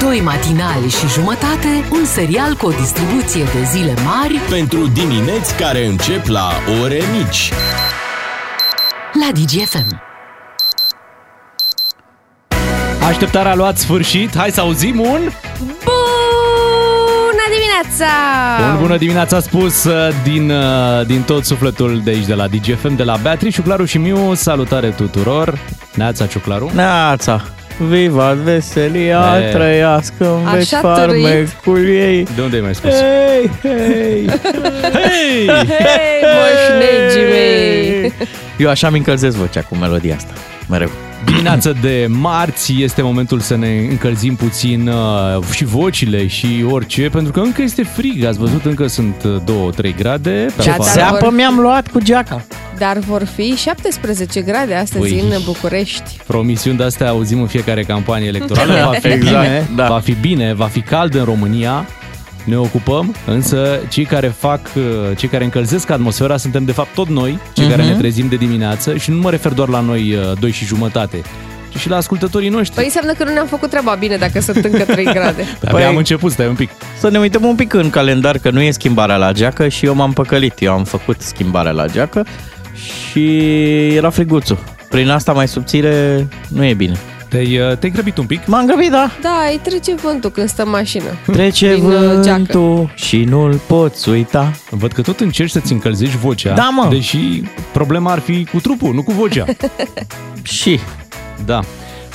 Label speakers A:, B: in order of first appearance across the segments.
A: Doi matinali și jumătate, un serial cu o distribuție de zile mari
B: Pentru dimineți care încep la ore mici.
A: la DGFM.
C: Așteptarea a luat sfârșit. Hai să auzim un...
D: Bună dimineața!
C: Un bună dimineața a spus uh, din, uh, din tot sufletul de aici, de la DGFM, de la Beatrice, Ciuclaru și Miu. Salutare tuturor! Neața Ciuclaru!
E: Neața! Viva veselia,
C: E.
E: e. trăiască în
D: Așa
E: vechi
D: tăruit.
E: farmecul ei.
C: De unde ai mai spus?
E: Hei, hei,
C: Hei!
D: Hei, moșnegii mei!
E: Eu așa mi-încălzesc vocea cu melodia asta, mereu.
C: Dimineața de marți este momentul să ne încălzim puțin uh, și vocile și orice, pentru că încă este frig. Ați văzut, încă sunt uh, 2-3 grade pe
D: Ce-ați
C: afară.
D: Dar
E: Țeapă
D: vor-
E: mi-am luat cu geaca.
D: Dar vor fi 17 grade astăzi
C: Ui.
D: în București.
C: Promisiuni de astea auzim în fiecare campanie electorală. Va fi
E: Exact,
C: bine,
E: da.
C: va fi bine, va fi cald în România. Ne ocupăm, însă cei care fac, uh, cei care încălzesc atmosfera suntem de fapt tot noi, cei care
E: Mhm.
C: ne trezim de dimineață și nu mă refer doar la noi uh, doi și jumătate, ci și la ascultătorii noștri.
D: Păi înseamnă că nu ne-am făcut treaba bine dacă sunt încă 3 grade.
C: Abia
E: păi-
C: am început, stai un pic.
E: Să ne uităm un pic în calendar, că nu e schimbarea la geacă și eu m-am păcălit. Eu am făcut schimbarea la geacă și era friguțul. Prin asta mai subțire nu e bine.
C: Te-ai, uh, te-ai grăbit un pic?
E: M-am grăbit, da.
D: Da, îi trece vântul când stă în mașină.
E: Trece
D: Din, uh, geacă.
E: vântul și nu-l poți uita.
C: Văd că tot încerci să-ți încălzești vocea,
E: Da, mă.
C: deși problema ar fi cu trupul, nu cu vocea.
E: Și
C: da.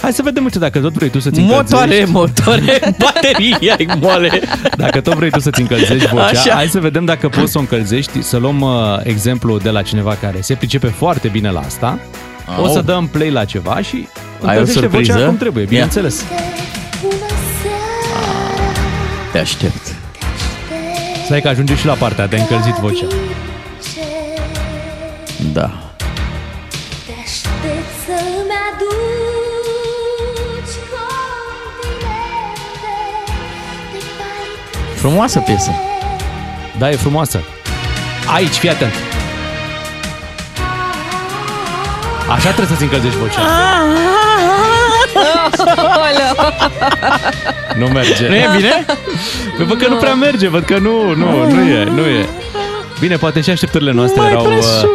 C: Hai să vedem, uite, dacă tot vrei tu să-ți încălzești...
E: motoare, motoare, baterii ai moale.
C: Dacă tot vrei tu să-ți încălzești vocea, Așa.
E: Așa.
C: hai să vedem dacă poți să o încălzești. Să luăm uh, exemplu de la cineva care se pricepe foarte bine la asta. O să dăm play la ceva și încălzește vocea
E: surpriză?
C: cum trebuie,
E: Ia.
C: bineînțeles.
E: Te aștept.
C: Stai că ajunge și la partea de încălzit vocea.
E: Da.
F: Te aștept să-mi aduci continente de palitri
E: Frumoasă piesă.
C: Da, e frumoasă. Aici, fii atent. Așa trebuie să-ți încălzești vocea. nu merge.
E: Nu e bine?
C: Păi văd că nu prea merge, văd că nu, nu, nu e, nu e. Bine, poate și așteptările noastre erau, uh,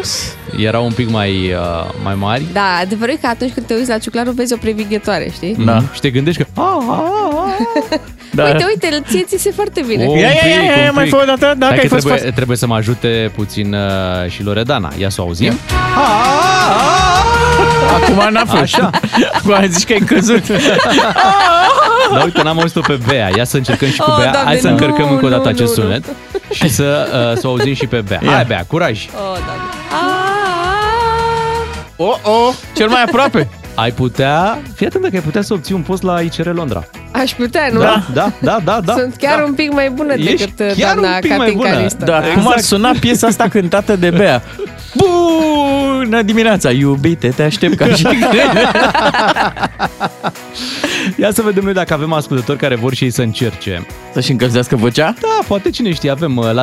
C: erau un pic mai, uh, mai mari.
D: Da, adevărul e că atunci când te uiți la ciuclarul vezi o previghetoare, știi?
E: Da.
C: Mhm. Și te gândești că...
E: Ah,
C: A, a, a,
E: Da.
D: Uite, uite, ție ți se foarte bine.
C: O, un
E: Ia, ia, ia,
C: pic,
E: ia, ia,
C: un
E: mai
C: pic.
E: fă o dată, dacă
C: Hai
E: ai
C: că
E: fost
C: trebuie,
E: prost.
C: trebuie să mă ajute puțin uh, și Loredana. Ia să o auzim.
E: Acum n-a fost.
C: Așa.
E: Acum ai zis că ai căzut.
C: Dar uite, n-am auzit-o pe Bea. Ia să încercăm și cu
D: Oh,
C: Bea. Hai
D: Doamne,
C: să
D: nu,
C: încărcăm încă o dată
D: nu,
C: acest
D: nu, nu.
C: sunet și să, uh, să o auzim și pe Bea. Hai, Bea, curaj!
D: O, da. A,
E: Oh, oh, cel mai aproape.
C: Ai putea... Fii atent dacă ai putea să obții un post la ICR Londra.
D: Aș putea, nu?
C: Da, da, da, da. da
D: Sunt chiar
C: da.
D: un pic mai bună
C: Ești
D: decât uh,
C: chiar un
D: doamna
C: pic mai
D: Catinca
C: bună.
D: Listă.
E: Da,
C: Exact.
E: cum ar suna piesa asta cântată de Bea? Bună dimineața, iubite, te aștept ca și
C: Ia să vedem noi dacă avem ascultători care vor și ei să încerce.
E: Să-și încălzească vocea?
C: Da, poate cine știe, avem uh, la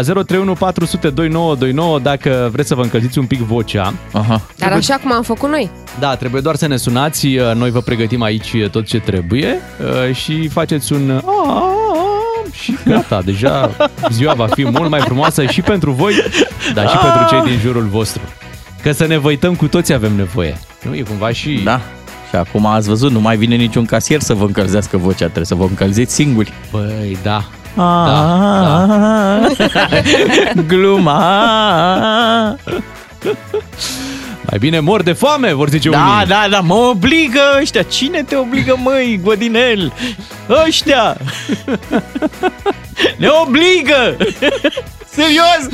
C: 031402929 dacă vreți să vă încălziți un pic vocea.
E: Aha.
D: Dar așa cum am făcut noi.
C: Da, trebuie doar să ne sunați, uh, noi vă pregătim aici uh, tot ce trebuie uh, și faceți un uh, "Aaaam" și gata, deja ziua va fi mult mai frumoasă și pentru voi, dar și pentru cei din jurul vostru. Că să ne văităm cu toți avem nevoie. Nu, e cumva și...
E: Da. Și acum ați văzut, nu mai vine niciun casier să vă încălzească vocea, trebuie să vă încălziți singuri.
C: Băi, da.
E: Da, da. Gluma.
C: Mai bine mor de foame, vor zice
E: Da,
C: unii.
E: da, da, mă obligă ăștia. Cine te obligă, măi, Godinel? Ăștia! Ne obligă! Serios?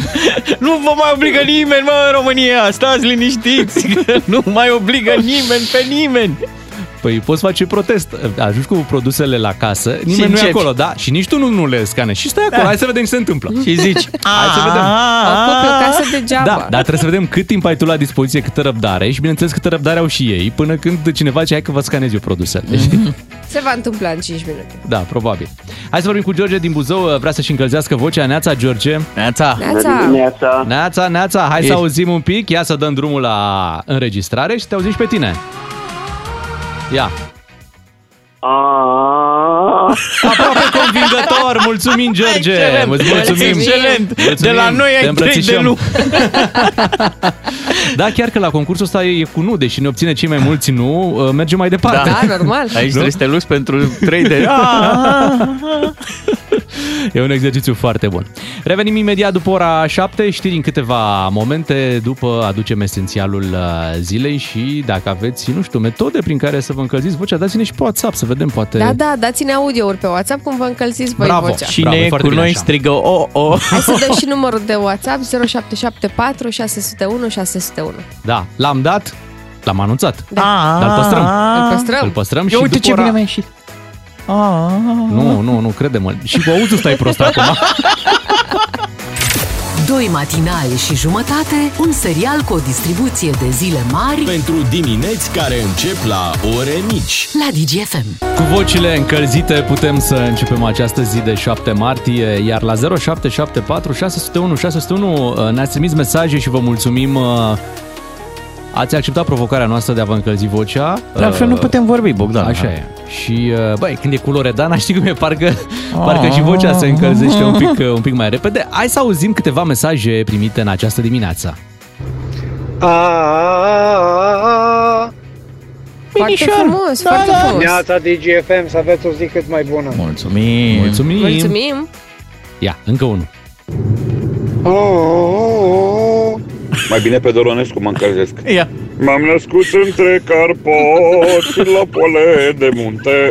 E: Nu vă mai obligă nimeni, mă, în România. Stați liniștiți, că nu mai obligă nimeni pe nimeni.
C: Păi poți face protest. Ajungi cu produsele la casă, nimeni nu e
E: începi.
C: acolo, da? Și nici tu nu, nu le scanezi. Și stai acolo, hai să vedem ce se întâmplă.
E: Da. Și zici, "Ah, hai
C: să vedem.
D: Ocupi o casă
C: Ah. Da,
D: degeaba.
C: dar trebuie să vedem cât timp ai tu la dispoziție, câtă răbdare și bineînțeles câtă răbdare au și ei până când cineva ce hai că vă scanez eu produsele.
E: Mhm.
C: Mm-hmm.
D: Se va întâmpla în 5 minute.
C: Da, probabil. Hai să vorbim cu George din Buzău, vrea să-și încălzească vocea. Neața, George.
E: Neața,
D: Neața!
C: Neața, Neața, hai să
E: Ești-
C: auzim un pic, ia să dăm drumul la înregistrare și te auzim și pe tine. Ia.
G: Ah,
C: Aproape convingător! Mulțumim, George! Îți mulțumim!
E: Excelent! De la
C: Mulțumim,
E: noi
C: te
E: ai trei de
C: îmbrățișăm.
E: nu.
C: Da, chiar că la concursul ăsta e e cu nu, deși ne obține cei mai mulți nu, uh, mergem mai departe.
D: Da, normal.
E: Aici trebuie să te lupți pentru trei de... Ah!
C: E un exercițiu foarte bun. Revenim imediat după ora 7, știri în câteva momente, după aducem esențialul uh, zilei și dacă aveți, nu știu, metode prin care să vă încălziți vocea, dați-ne și pe WhatsApp să vedem, poate...
D: Da, da, dați-ne audiouri pe WhatsApp cum vă încălziți voi
C: Bravo.
D: vocea.
E: Cine
C: Bravo, e
E: e
C: foarte
E: cu
C: bine
E: noi
C: așa.
E: strigă o, o.
D: Hai să dăm și numărul de WhatsApp 0774 601 601.
C: da. L-am dat, l-am anunțat.
E: Da.
C: Dar îl păstrăm.
D: Îl
C: Îl
D: păstrăm?
C: păstrăm și după ora...
E: ieșit. Ah.
C: Nu, nu, nu, crede-mă. Și cu auzul stai prost acum.
A: Doi matinali și jumătate, un serial cu o distribuție de zile mari
B: Pentru dimineți care încep la ore mici.
A: la DGFM.
C: Cu vocile încălzite putem să începem această zi de 7 martie, iar la 0774 601 601 uh, ne-ați trimis mesaje și vă mulțumim uh, Ați acceptat provocarea noastră de a vă încălzi vocea
E: Dar altfel nu
C: Uh,
E: putem vorbi, Bogdan.
C: Așa e. Și, uh, băi, când e cu Loredana, știi cum e? Parcă,
E: Ah.
C: parcă și vocea se încălzește un pic, uh, un pic mai repede. Hai să auzim câteva mesaje primite în această dimineață.
G: Aaaa!
D: Foarte
E: da,
D: frumos, foarte frumos.
G: Neața DGFM, să aveți o zi cât mai bună.
E: Mulțumim.
C: Mulțumim!
D: Mulțumim!
C: Ia, încă unul.
H: Mai bine pe Doronescu mă încălzesc.
E: Ia.
H: M-am născut între carpoți și la pole de munte.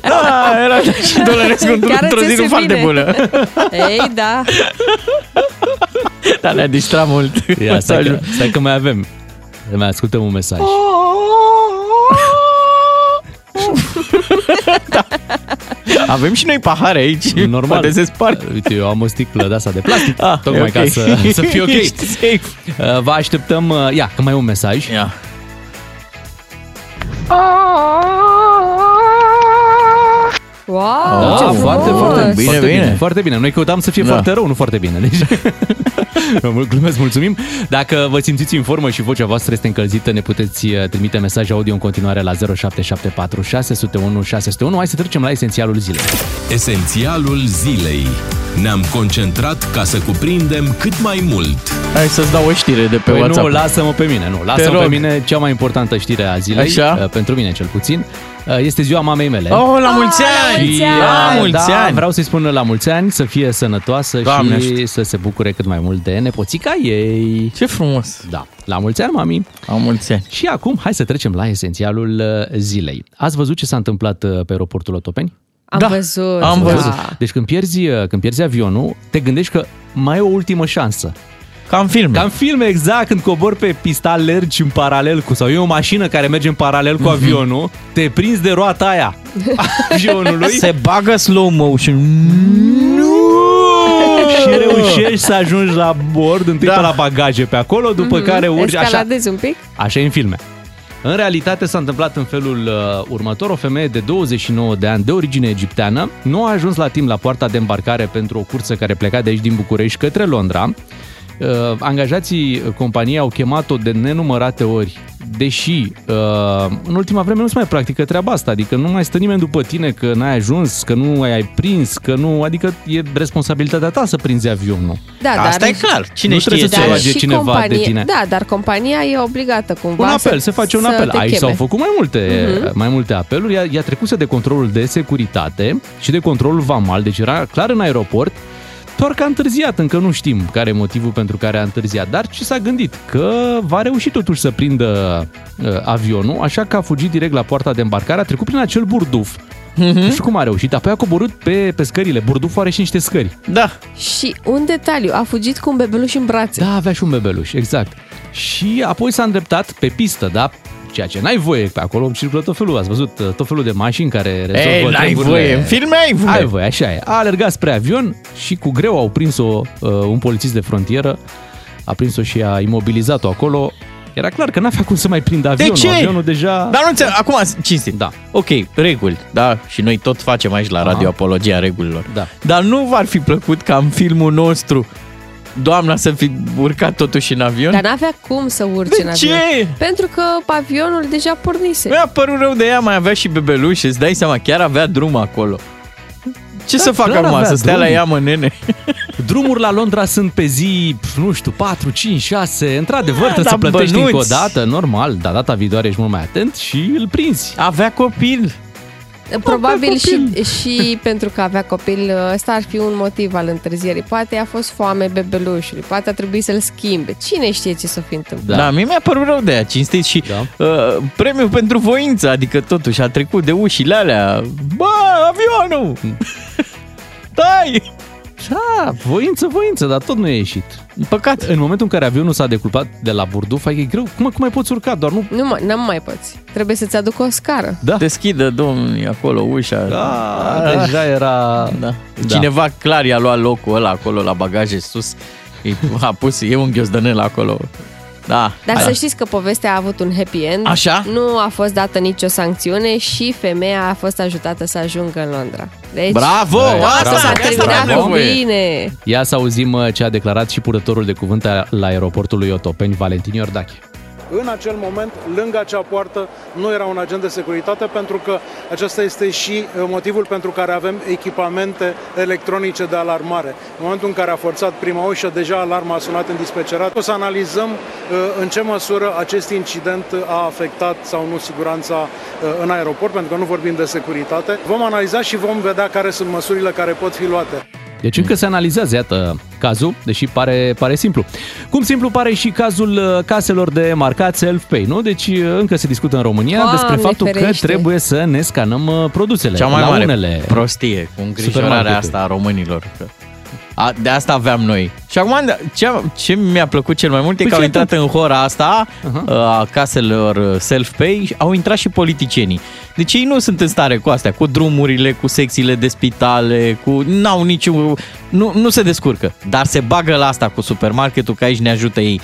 E: Da, era și Dolorescu într-
D: Chiar
E: într-o
D: ți
E: zi
D: se
E: foarte
D: vine.
E: bună.
D: Ei, da!
E: Dar ne-a distrat mult.
C: Ia, stai, că,
E: mesajul.
C: stai că mai avem. Mai ascultăm un mesaj.
E: Avem și noi pahare aici.
C: Normal.
E: Poate se sparg.
C: Uite, eu am o sticlă de asta de plastic, ah, tocmai
E: e ok.
C: ca să, să fie ok.
E: Ești safe.
C: Uh, Vă așteptăm, uh, ia, că mai e un mesaj.
E: Ia.
D: Wow,
E: Da,
D: ce frumos.
E: foarte, foarte bine.
C: Ah, foarte Foarte bine. Noi căutam să fie
E: Da.
C: foarte rău, nu foarte bine. Deci... Vă mulțumesc, mulțumim. Dacă vă simțiți în formă și vocea voastră este încălzită, ne puteți uh, trimite mesaj audio în continuare la 0774 601 601. Hai să trecem la esențialul zilei.
B: Esențialul zilei. Ne-am concentrat ca să cuprindem cât mai mult.
E: Hai să-ți dau o știre de pe
C: Păi
E: WhatsApp.
C: nu, lasă-mă pe mine, nu. Lasă-mă pe
E: rog.
C: mine cea mai importantă știre a zilei,
E: Așa.
C: uh, pentru mine cel puțin. uh, Este ziua mamei mele.
E: Oh, la mulți ani!
C: Și,
E: La
C: uh,
E: mulți
C: da,
E: ani!
C: Vreau să-i spun la mulți ani, să fie sănătoasă
E: Doamne,
C: și
E: ajută.
C: să se bucure cât mai mult de nepoțica ei.
E: Ce frumos!
C: Da, la mulți ani, mami!
E: La mulți ani!
C: Și acum, hai să trecem la esențialul uh, zilei. Ați văzut ce s-a întâmplat uh, pe aeroportul Otopeni?
D: Am
E: Da,
D: văzut.
E: am
D: da.
E: văzut.
C: Deci când pierzi, uh, când pierzi avionul, te gândești că mai e o ultimă șansă.
E: Ca în filme.
C: Ca în filme, exact, când cobori pe pista, alergi în paralel cu, sau e o mașină care merge în paralel
E: Mhm.
C: cu avionul, te prinzi de roata aia a avionului
E: Se bagă slow motion.
C: și reușești să ajungi la bord, întâi
E: Da.
C: pe la bagaje pe acolo, după
D: Mm-hmm.
E: Mhm.
C: care urci așa.
D: Escaladezi un pic?
C: Așa e în filme. În realitate s-a întâmplat în felul uh, următor. O femeie de 29 de ani, de origine egipteană, nu a ajuns la timp la poarta de îmbarcare pentru o cursă care pleca de aici din București către Londra. Uh, angajații companiei au chemat-o de nenumărate ori, deși uh, în ultima vreme nu se mai practică treaba asta, adică nu mai stă nimeni după tine că n-ai ajuns, că nu ai prins, că nu, adică e responsabilitatea ta să prinzi avionul.
D: Da,
E: Asta
D: dar...
E: e clar. Cine
C: Nu
E: știe ce
C: trebuie să te
D: Dar
C: roage
D: și
C: cineva de
D: compania,
C: tine.
D: Da, dar compania e obligată cumva
C: Un apel,
D: să,
C: se face un
D: să
C: apel.
D: te
C: Aici
D: cheme. Mhm.
C: s-au făcut mai multe, uh-huh. mai multe apeluri. Ea, ea trecuse de controlul de securitate și de controlul vamal, deci era clar în aeroport, doar că a întârziat, încă nu știm care e motivul pentru care a întârziat, dar ce s-a gândit? Că va reuși totuși să prindă uh, avionul, așa că a fugit direct la poarta de îmbarcare, a trecut prin acel burduf.
D: Mhm.
C: Nu știu cum a reușit, apoi a coborât pe, pe scările. Burduful are și niște scări.
E: Da.
D: Și un detaliu, a fugit cu un bebeluș în brațe.
C: Da, avea și un bebeluș, exact. Și apoi s-a îndreptat pe pistă, da? Ceea ce n-ai voie pe acolo, circulă tot felul, ați văzut uh, tot felul de mașini care rezolvă
E: Ei, n-ai
C: treburile.
E: voie. În filme ai voie.
C: Ai voie, așa e. A alergat spre avion și cu greu au prins-o uh, un polițist de frontieră, a prins-o și a imobilizat-o acolo. Era clar că n-avea cum să mai prindă avionul.
E: ce?
C: Avionul deja...
E: Dar nu înțeleg, acum, cinstit.
C: Ah. Da.
E: Ok, reguli, da, și noi tot facem aici la radio apologia regulilor.
C: Da.
E: Dar nu v-ar fi plăcut ca în filmul nostru doamna să fi urcat totuși în avion?
D: Dar n-avea cum să urce
E: De
D: în
E: ce? Păi,
D: avion. Pentru că pavionul deja pornise.
E: Mi-a părut rău de ea, mai avea și bebeluș, îți dai seama, chiar avea drum acolo. Ce da, să fac
C: clar
E: acum?
C: avea
E: Să stea
C: drum.
E: la ea, mă, nene?
C: Drumuri la Londra sunt pe zi, pf, nu știu, 4, 5, 6. Într-adevăr, trebuie
E: da,
C: să plătești
E: bănuți.
C: încă o dată, normal, dar data viitoare ești mult mai atent și îl prinzi.
E: Avea copil.
D: Probabil și,
C: copil.
D: și pentru că avea copil, ăsta ar fi un motiv al întârzierii. Poate a fost foame bebelușului, poate a trebuit să-l schimbe. Cine știe ce s-o fi întâmplat?
E: Da, da mie mi-a părut rău de ea, cinstit și da.
C: Da.
E: uh, premiu pentru voință, adică totuși a trecut de ușile alea. Bă, avionul!
C: Mm.
E: Dai!
C: Da, voință, voință, dar tot nu e ieșit.
E: Păcat.
C: În momentul în care avionul s-a decuplat de la burduf, ai că e greu. Cum, cum mai poți urca? Doar nu...
D: Nu, mă, n-am mai poți. Trebuie să-ți aduc o scară.
C: Da.
E: Deschidă, domnul, acolo ușa.
C: Da, deja era...
E: Da.
C: Da.
E: Cineva clar i-a luat locul ăla acolo la bagaje sus. Îi a pus, e un ghiozdanel acolo. Da.
D: Dar
E: hai.
D: să știți că povestea a avut un happy end.
E: Așa?
D: Nu a fost dată nicio sancțiune și femeia a fost ajutată să ajungă în Londra. Deci,
E: Bravo!
C: Bravo,
D: Asta
E: Asta s-a
D: s-a
C: bravo.
E: terminat
D: terminat
E: cu bine.
D: bine.
C: Ia să auzim uh, ce a declarat și purătorul de cuvânt a- la aeroportul lui Otopeni, Valentin Iordache.
I: În acel moment, lângă acea poartă, nu era un agent de securitate, pentru că acesta este și uh, motivul pentru care avem echipamente electronice de alarmare. În momentul în care a forțat prima ușă, deja alarma a sunat în dispecerat. O să analizăm uh, în ce măsură acest incident a afectat sau nu siguranța uh, în aeroport, pentru că nu vorbim de securitate. Vom analiza și vom vedea care sunt măsurile care pot fi luate.
C: Deci încă se analizează, iată, cazul, deși pare, pare simplu. Cum simplu pare și cazul uh, caselor de marcat self-pay, nu? Deci uh, încă se discută în România
D: Doamne
C: despre faptul
D: ferește!
C: că trebuie să ne scanăm uh, produsele.
E: Cea mai
C: la
E: mare
C: unele.
E: prostie cu îngrijorarea
C: Supermarketuri.
E: asta a românilor. Că- A, de asta aveam noi. Și acum, de- ce, ce mi-a plăcut cel mai mult e
C: Păi
E: că au
C: fii
E: intrat în hora asta
C: Aha.
E: uh-huh. a caselor uh, self-pay, și au intrat și politicienii. Deci ei nu sunt în stare cu astea, cu drumurile, cu secțiile de spitale, cu... N-au niciun... Nu, nu se descurcă. Dar se bagă la asta cu supermarketul, că aici ne ajută ei.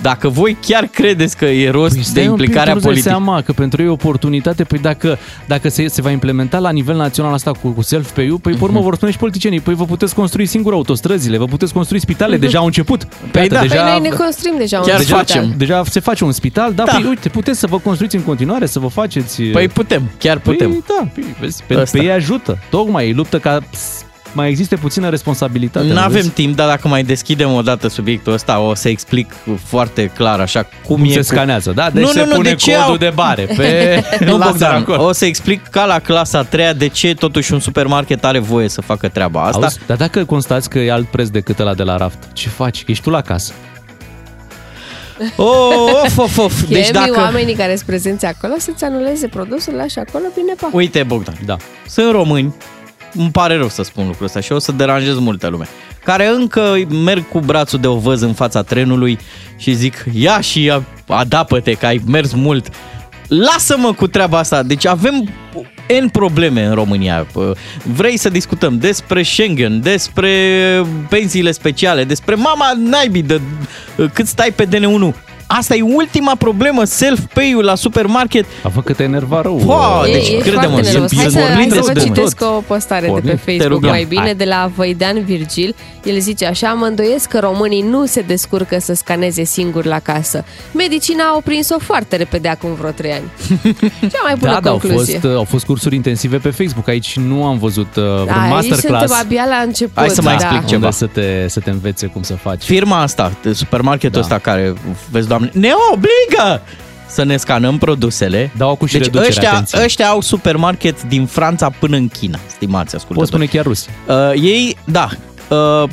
E: Dacă voi chiar credeți că e rost
C: Păi
E: păi de
C: stai un pic,
E: implicarea
C: tu nu-ți dai
E: politică,
C: seama că pentru ei e oportunitate, păi dacă, dacă se, se va implementa la nivel național asta cu, cu self-pay-ul, păi pe
E: Mhm.
C: urmă vor spune și politicienii, păi vă puteți construi singur autostrăzile, vă puteți construi spitale, deja au început.
E: Mhm. Păi
C: Iată,
E: da.
D: Păi
C: deja,
D: noi ne construim deja
E: Chiar
D: un
C: deja,
D: spital.
E: facem.
C: Deja se face un spital, dar
E: Da.
C: da. păi, uite, puteți să vă construiți în continuare, să vă faceți...
E: păi putem, chiar putem.
C: Păi, da, păi, vezi, pe,
E: Asta.
C: pe ei ajută. Tocmai ei luptă ca ps, mai existe puțină responsabilitate.
E: Nu avem
C: vezi?
E: timp, dar dacă mai deschidem o dată subiectul ăsta, o să explic foarte clar așa cum
C: cum
E: e.
C: se
E: cu-
C: scanează, da? Deci
E: Nu,
C: se
E: nu, nu,
C: pune
E: de ce
C: codul
E: au-
C: de bare pe
E: Nu,
C: laser
E: Bogdan,
C: acolo.
E: o să explic ca la clasa a treia de ce totuși un supermarket are voie să facă treaba asta.
C: Auzi, dar dacă constați că e alt preț decât ăla de la raft, ce faci? Ești tu la casă.
E: Oh, of, of, of. Deci
D: Chemi dacă...
E: dacă...
D: oamenii care sunt prezenți acolo să-ți anuleze produsul, lași acolo, bine, pa.
E: Uite, Bogdan,
C: Da.
E: sunt români, îmi pare rău să spun lucrul ăsta și o să deranjez multă lume, care încă merg cu brațul de ovăz în fața trenului și zic, ia și ia, adapă-te că ai mers mult. Lasă-mă cu treaba asta. Deci avem N probleme în România. Vrei să discutăm despre Schengen, despre pensiile speciale, despre mama naibii de cât stai pe DN1. Asta e ultima problemă, self-pay-ul la supermarket.
C: A văcut te enerva rău.
E: Pa,
C: uh,
E: deci
D: e,
E: crede-mă,
D: foarte
E: sunt-
D: nervos. Hai
E: sunt
D: să, hai
E: pornit
D: să
E: de
D: vă
E: tot.
D: citesc o postare de
C: Pornit,
D: pe
C: te
D: Facebook
E: rugăm.
D: mai bine
E: Hai.
D: de la Văidan Virgil. El zice așa, mă îndoiesc că românii nu se descurcă să scaneze singuri la casă. Medicina a oprins-o foarte repede acum vreo trei ani. Cea mai bună
C: Da, da, au
D: concluzie.
C: fost, uh, au fost cursuri intensive pe Facebook. Aici nu am văzut uh, vreun
D: da, aici suntem
C: masterclass
D: abia la început.
E: Hai să mai
D: da.
E: explic ce-
C: unde
E: ceva.
C: să te, să te învețe cum să faci.
E: firma asta, supermarketul
C: Da.
E: da. ăsta care, vezi, doamne, ne obligă să ne scanăm produsele.
C: Dau cu și
E: deci
C: reducere,
E: ăștia,
C: atenție.
E: ăștia au supermarket din Franța până în China, stimați
C: Poți
E: ascultători.
C: spune chiar rusi.
E: Uh, ei, da, uh,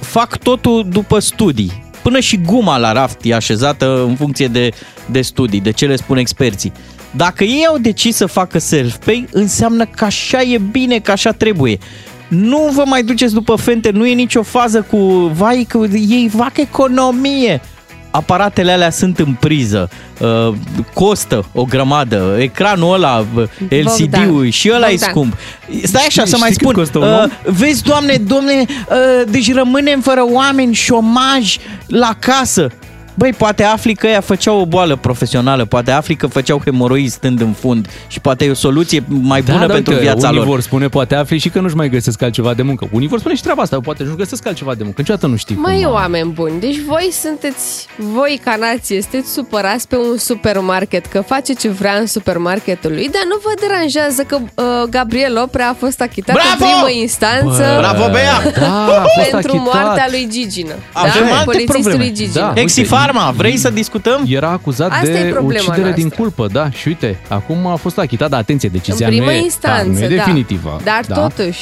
E: fac totul după studii. Până și guma la raft e așezată în funcție de, de studii, de ce le spun experții. Dacă ei au decis să facă self-pay, înseamnă că așa e bine, că așa trebuie. Nu vă mai duceți după fente, nu e nicio fază cu vai, că ei fac economie. Aparatele alea sunt în priză, uh, costă o grămadă, ecranul ăla, uh, LCD-ul și ăla e
D: Bogdan.
E: scump. Stai așa
C: Știi-
E: să mai
C: știi cât
E: spun.
C: costă un om?
E: vezi, uh, doamne, domne, uh, deci rămânem fără oameni, șomaj la casă. Băi, poate afli că ea făceau o boală profesională, poate afli că făceau hemoroizi stând în fund și poate e o soluție mai bună
C: da,
E: pentru
C: uite,
E: viața
C: unii
E: lor.
C: vor spune, poate afli și că nu-și mai găsesc altceva de muncă. Unii vor spune și treaba asta, poate nu-și găsesc altceva de muncă. Niciodată nu știi
D: Mai
C: cum.
D: oameni buni, deci voi sunteți, voi ca nație, sunteți supărați pe un supermarket că face ce vrea în supermarketul lui, dar nu vă deranjează că uh, Gabriel Oprea a fost achitat în
E: Bravo!
D: primă instanță
E: Bravo, Bea!
C: Da, a fost
D: pentru
C: achitat.
D: moartea lui Gigină.
C: Ah,
E: Avem
D: da?
E: alte
D: Polițistului
E: probleme.
D: Gigină.
C: Da.
E: Exifarma, vrei să discutăm?
C: Era acuzat
D: Asta e
C: de
D: problema
C: ucidere
D: noastră.
C: din culpă, da, și uite, acum a fost achitat, dar atenție,
D: În
C: decizia
D: primă
C: nu e,
D: instanță,
C: da, nu e definitivă.
D: Dar
C: da.
D: totuși,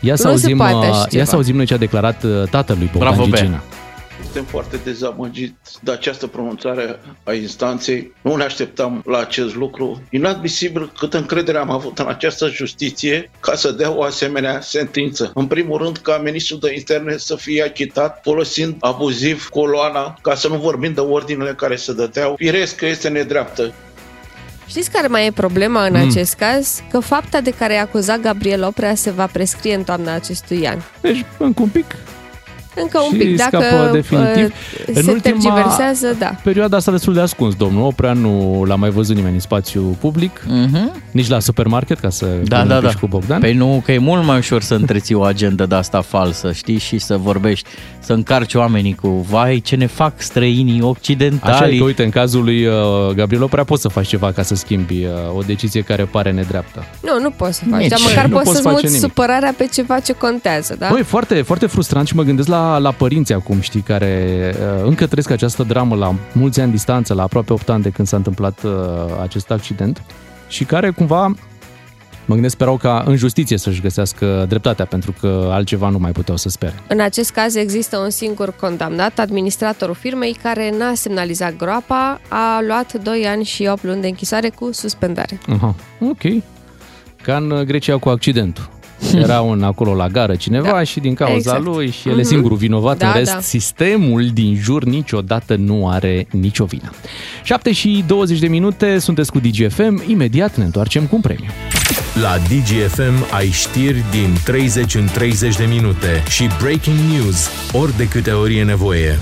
C: Ia să
D: nu se
C: auzim,
D: poate așa
C: uh,
D: ceva.
C: ia să auzim noi ce a declarat uh, tatălui Bogdan
E: Bravo, Bea.
C: Gigina.
J: Suntem foarte dezamăgit de această pronunțare a instanței. Nu ne așteptam la acest lucru. Inadmisibil cât încredere am avut în această justiție ca să dea o asemenea sentință. În primul rând ca ministrul de interne să fie achitat folosind abuziv coloana, ca să nu vorbim de ordinele care se dădeau. Firesc că este nedreaptă.
D: Știți care mai e problema în mm. acest caz? Că fapta de care e acuzat Gabriel Oprea se va prescrie în toamna acestui an.
C: Deci, încă un pic,
D: Încă un
C: și
D: pic, dacă
C: scapă definitiv.
D: uh, se tergiversează, da.
C: perioada asta destul de ascuns, domnul Oprea nu l-a mai văzut nimeni în spațiu public,
E: Mhm.
C: nici la supermarket, ca să
E: Da, da, da.
C: cu Bogdan.
E: Păi nu, că e mult mai ușor să întreții o agendă de asta falsă, știi, și să vorbești, să încarci oamenii cu, vai, ce ne fac străinii
C: Așa e
E: occidentali.
C: că, uite, în cazul lui uh, Gabriel Oprea poți să faci ceva ca să schimbi uh, o decizie care pare nedreaptă.
D: Nu, nu poți să faci.
E: Nici.
D: Dar măcar
C: Nu
D: poți
C: poți
D: să-ți
C: face
D: muți
C: nimic.
D: supărarea pe ceva ce contează, da?
C: Băi, foarte, foarte frustrant și mă gândesc la, la părinți acum, știi, care uh, încă trăiesc această dramă la mulți ani distanță, la aproape 8 ani de când s-a întâmplat uh, acest accident și care cumva, mă gândesc, sperau ca în justiție să-și găsească dreptatea, pentru că altceva nu mai puteau să spere.
D: În acest caz există un singur condamnat, administratorul firmei, care n-a semnalizat groapa, a luat 2 ani și 8 luni de închisoare cu suspendare.
C: Aha, ok. Ca în uh, Grecia cu accidentul. Era un acolo la gară cineva
D: Da,
C: da, și din cauza
D: exact.
C: exact. lui și el e singurul vinovat,
D: Da,
C: în rest
D: da.
C: da. sistemul din jur niciodată nu are nicio vină. 7 și 20 de minute, sunteți cu DGFM, imediat ne întoarcem cu un premiu.
B: La DGFM ai știri din 30 în 30 de minute și breaking news ori de câte ori e nevoie.